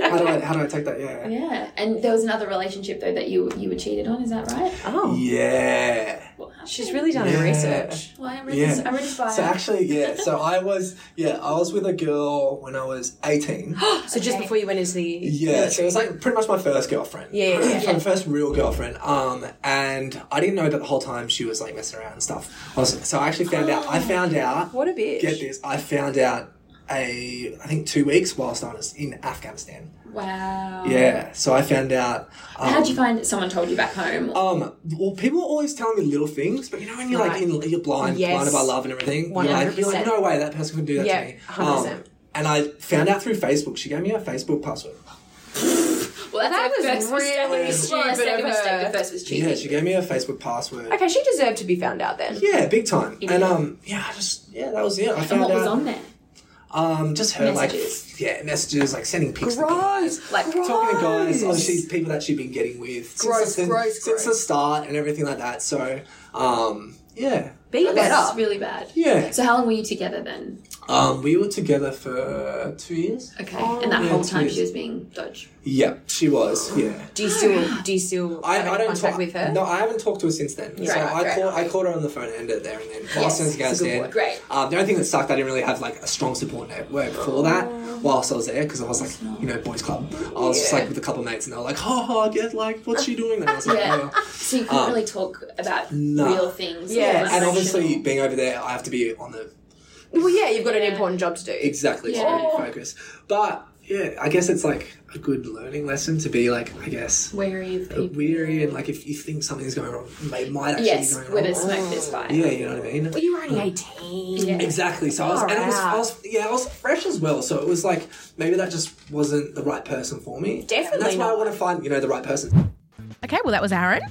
E: how do I how do I take that? Yeah.
A: Yeah, and there was another relationship though that you you were cheated on. Is that right?
F: Oh,
E: Yeah.
A: What happened?
F: she's really done her
E: Yeah.
F: research.
A: Well, I read
E: Yeah.
A: this. I read this bio.
E: So actually, yeah. So I was, yeah, I was with a girl when I was eighteen.
F: So just
A: Okay.
F: before you went into the
E: Yeah, so it was like pretty much my first girlfriend.
F: Yeah, yeah, yeah.
E: my first real girlfriend. Um, and I didn't know that the whole time she was like messing around and stuff. I was- so I actually found out. I found out.
F: Oh, what a bitch.
E: Get this. I found out a I think two weeks whilst I was in Afghanistan.
D: Wow.
E: Yeah, so I found out. Um,
D: How'd you find that someone told you back home?
E: um, well, people are always telling me little things, but you know when you're like in, you're blind,
F: Yes.
E: blinded by love and everything, you're like, you're like,
F: 100%.
E: no way, that person could do that
F: Yeah,
E: to me. Um,
F: 100%.
E: and I found out through Facebook. She gave me her Facebook password.
D: well,
F: that
D: our
F: was really
D: mistake.
F: stupid
D: Yeah, second
F: of
D: mistake.
F: her.
D: The first was cheating.
E: Yeah, she gave me her Facebook password.
F: Okay, she deserved to be found out then.
E: Yeah, big time.
D: Idiot.
E: And um, yeah, I just yeah, that was it. I
D: and
E: found
D: what was
E: out.
D: on there?
E: Um, just her
D: Messages.
E: like yeah, messages like sending pics. to guys.
F: Gross. Like
E: Talking to guys, obviously people that she'd been getting with since
F: Gross,
E: the,
F: gross,
E: since
F: gross.
E: the start and everything like that. So, um, yeah,
F: Be
D: That's
F: better.
D: really bad.
E: yeah.
D: So how long were you together then?
E: Um, we were together for two years.
D: Okay, and that
E: Yeah,
D: whole
E: two
D: time
E: years.
D: she was being dodge.
E: Yeah, she was. Yeah,
F: Do you still do you still
E: I,
F: have any
E: I don't
F: contact
E: talk
F: with her?
E: No, I haven't talked to her since then. so
F: Right,
E: I
F: right,
E: call,
F: right.
E: I called her on the phone and ended it there and then whilst I was in
F: it's a good
E: Afghanistan.
F: word.
D: Great.
E: Um, the only thing that sucked, I didn't really have like a strong support network for that
D: Oh.
E: whilst I was there because I was like, you know, boys club. I was just like with a couple of mates and they were like, ha ha, get like, what's she doing? And I was like,
D: Yeah.
E: oh.
D: So you couldn't
E: Um,
D: really talk about
E: nah.
D: real things.
F: Yeah,
D: It was
E: And obviously,
D: emotional.
E: being over there, I have to be on the
F: Well, yeah, you've got
D: Yeah.
F: an important job to do.
E: exactly
D: Yeah.
E: yeah. focus. But yeah, I guess it's like a good learning lesson to be like, I guess,
D: wary of people.
E: weary and like if you think something's going wrong, they might actually
D: yes,
E: be going
D: where
E: wrong.
D: there's smoke, there's fire.
E: Yeah, you know what I mean.
F: Well, you were only eighteen.
D: Yeah.
E: Exactly. So I was,
F: Far
E: and it was, I
F: out.
E: was, yeah, I was fresh as well. So it was like maybe that just wasn't the right person for me.
F: Definitely
E: And that's why I
F: not.
E: want to find you know the right person.
B: Okay, well, that was Aaron.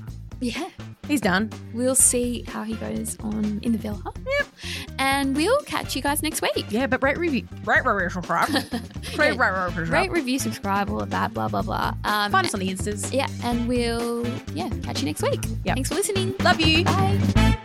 A: Yeah.
B: He's done.
A: We'll see how he goes on in the villa. Yep. And we'll catch you guys next week.
B: Yeah, but rate review. Rate review. subscribe. Rate, rate, rate, rate,
A: Rate,
B: rate.
A: review, subscribe, all of that, blah, blah, blah. Um,
B: Find us on the Instas.
A: yeah, and we'll, yeah, catch you next week.
B: Yep.
A: Thanks for listening.
B: Love you.
A: Bye.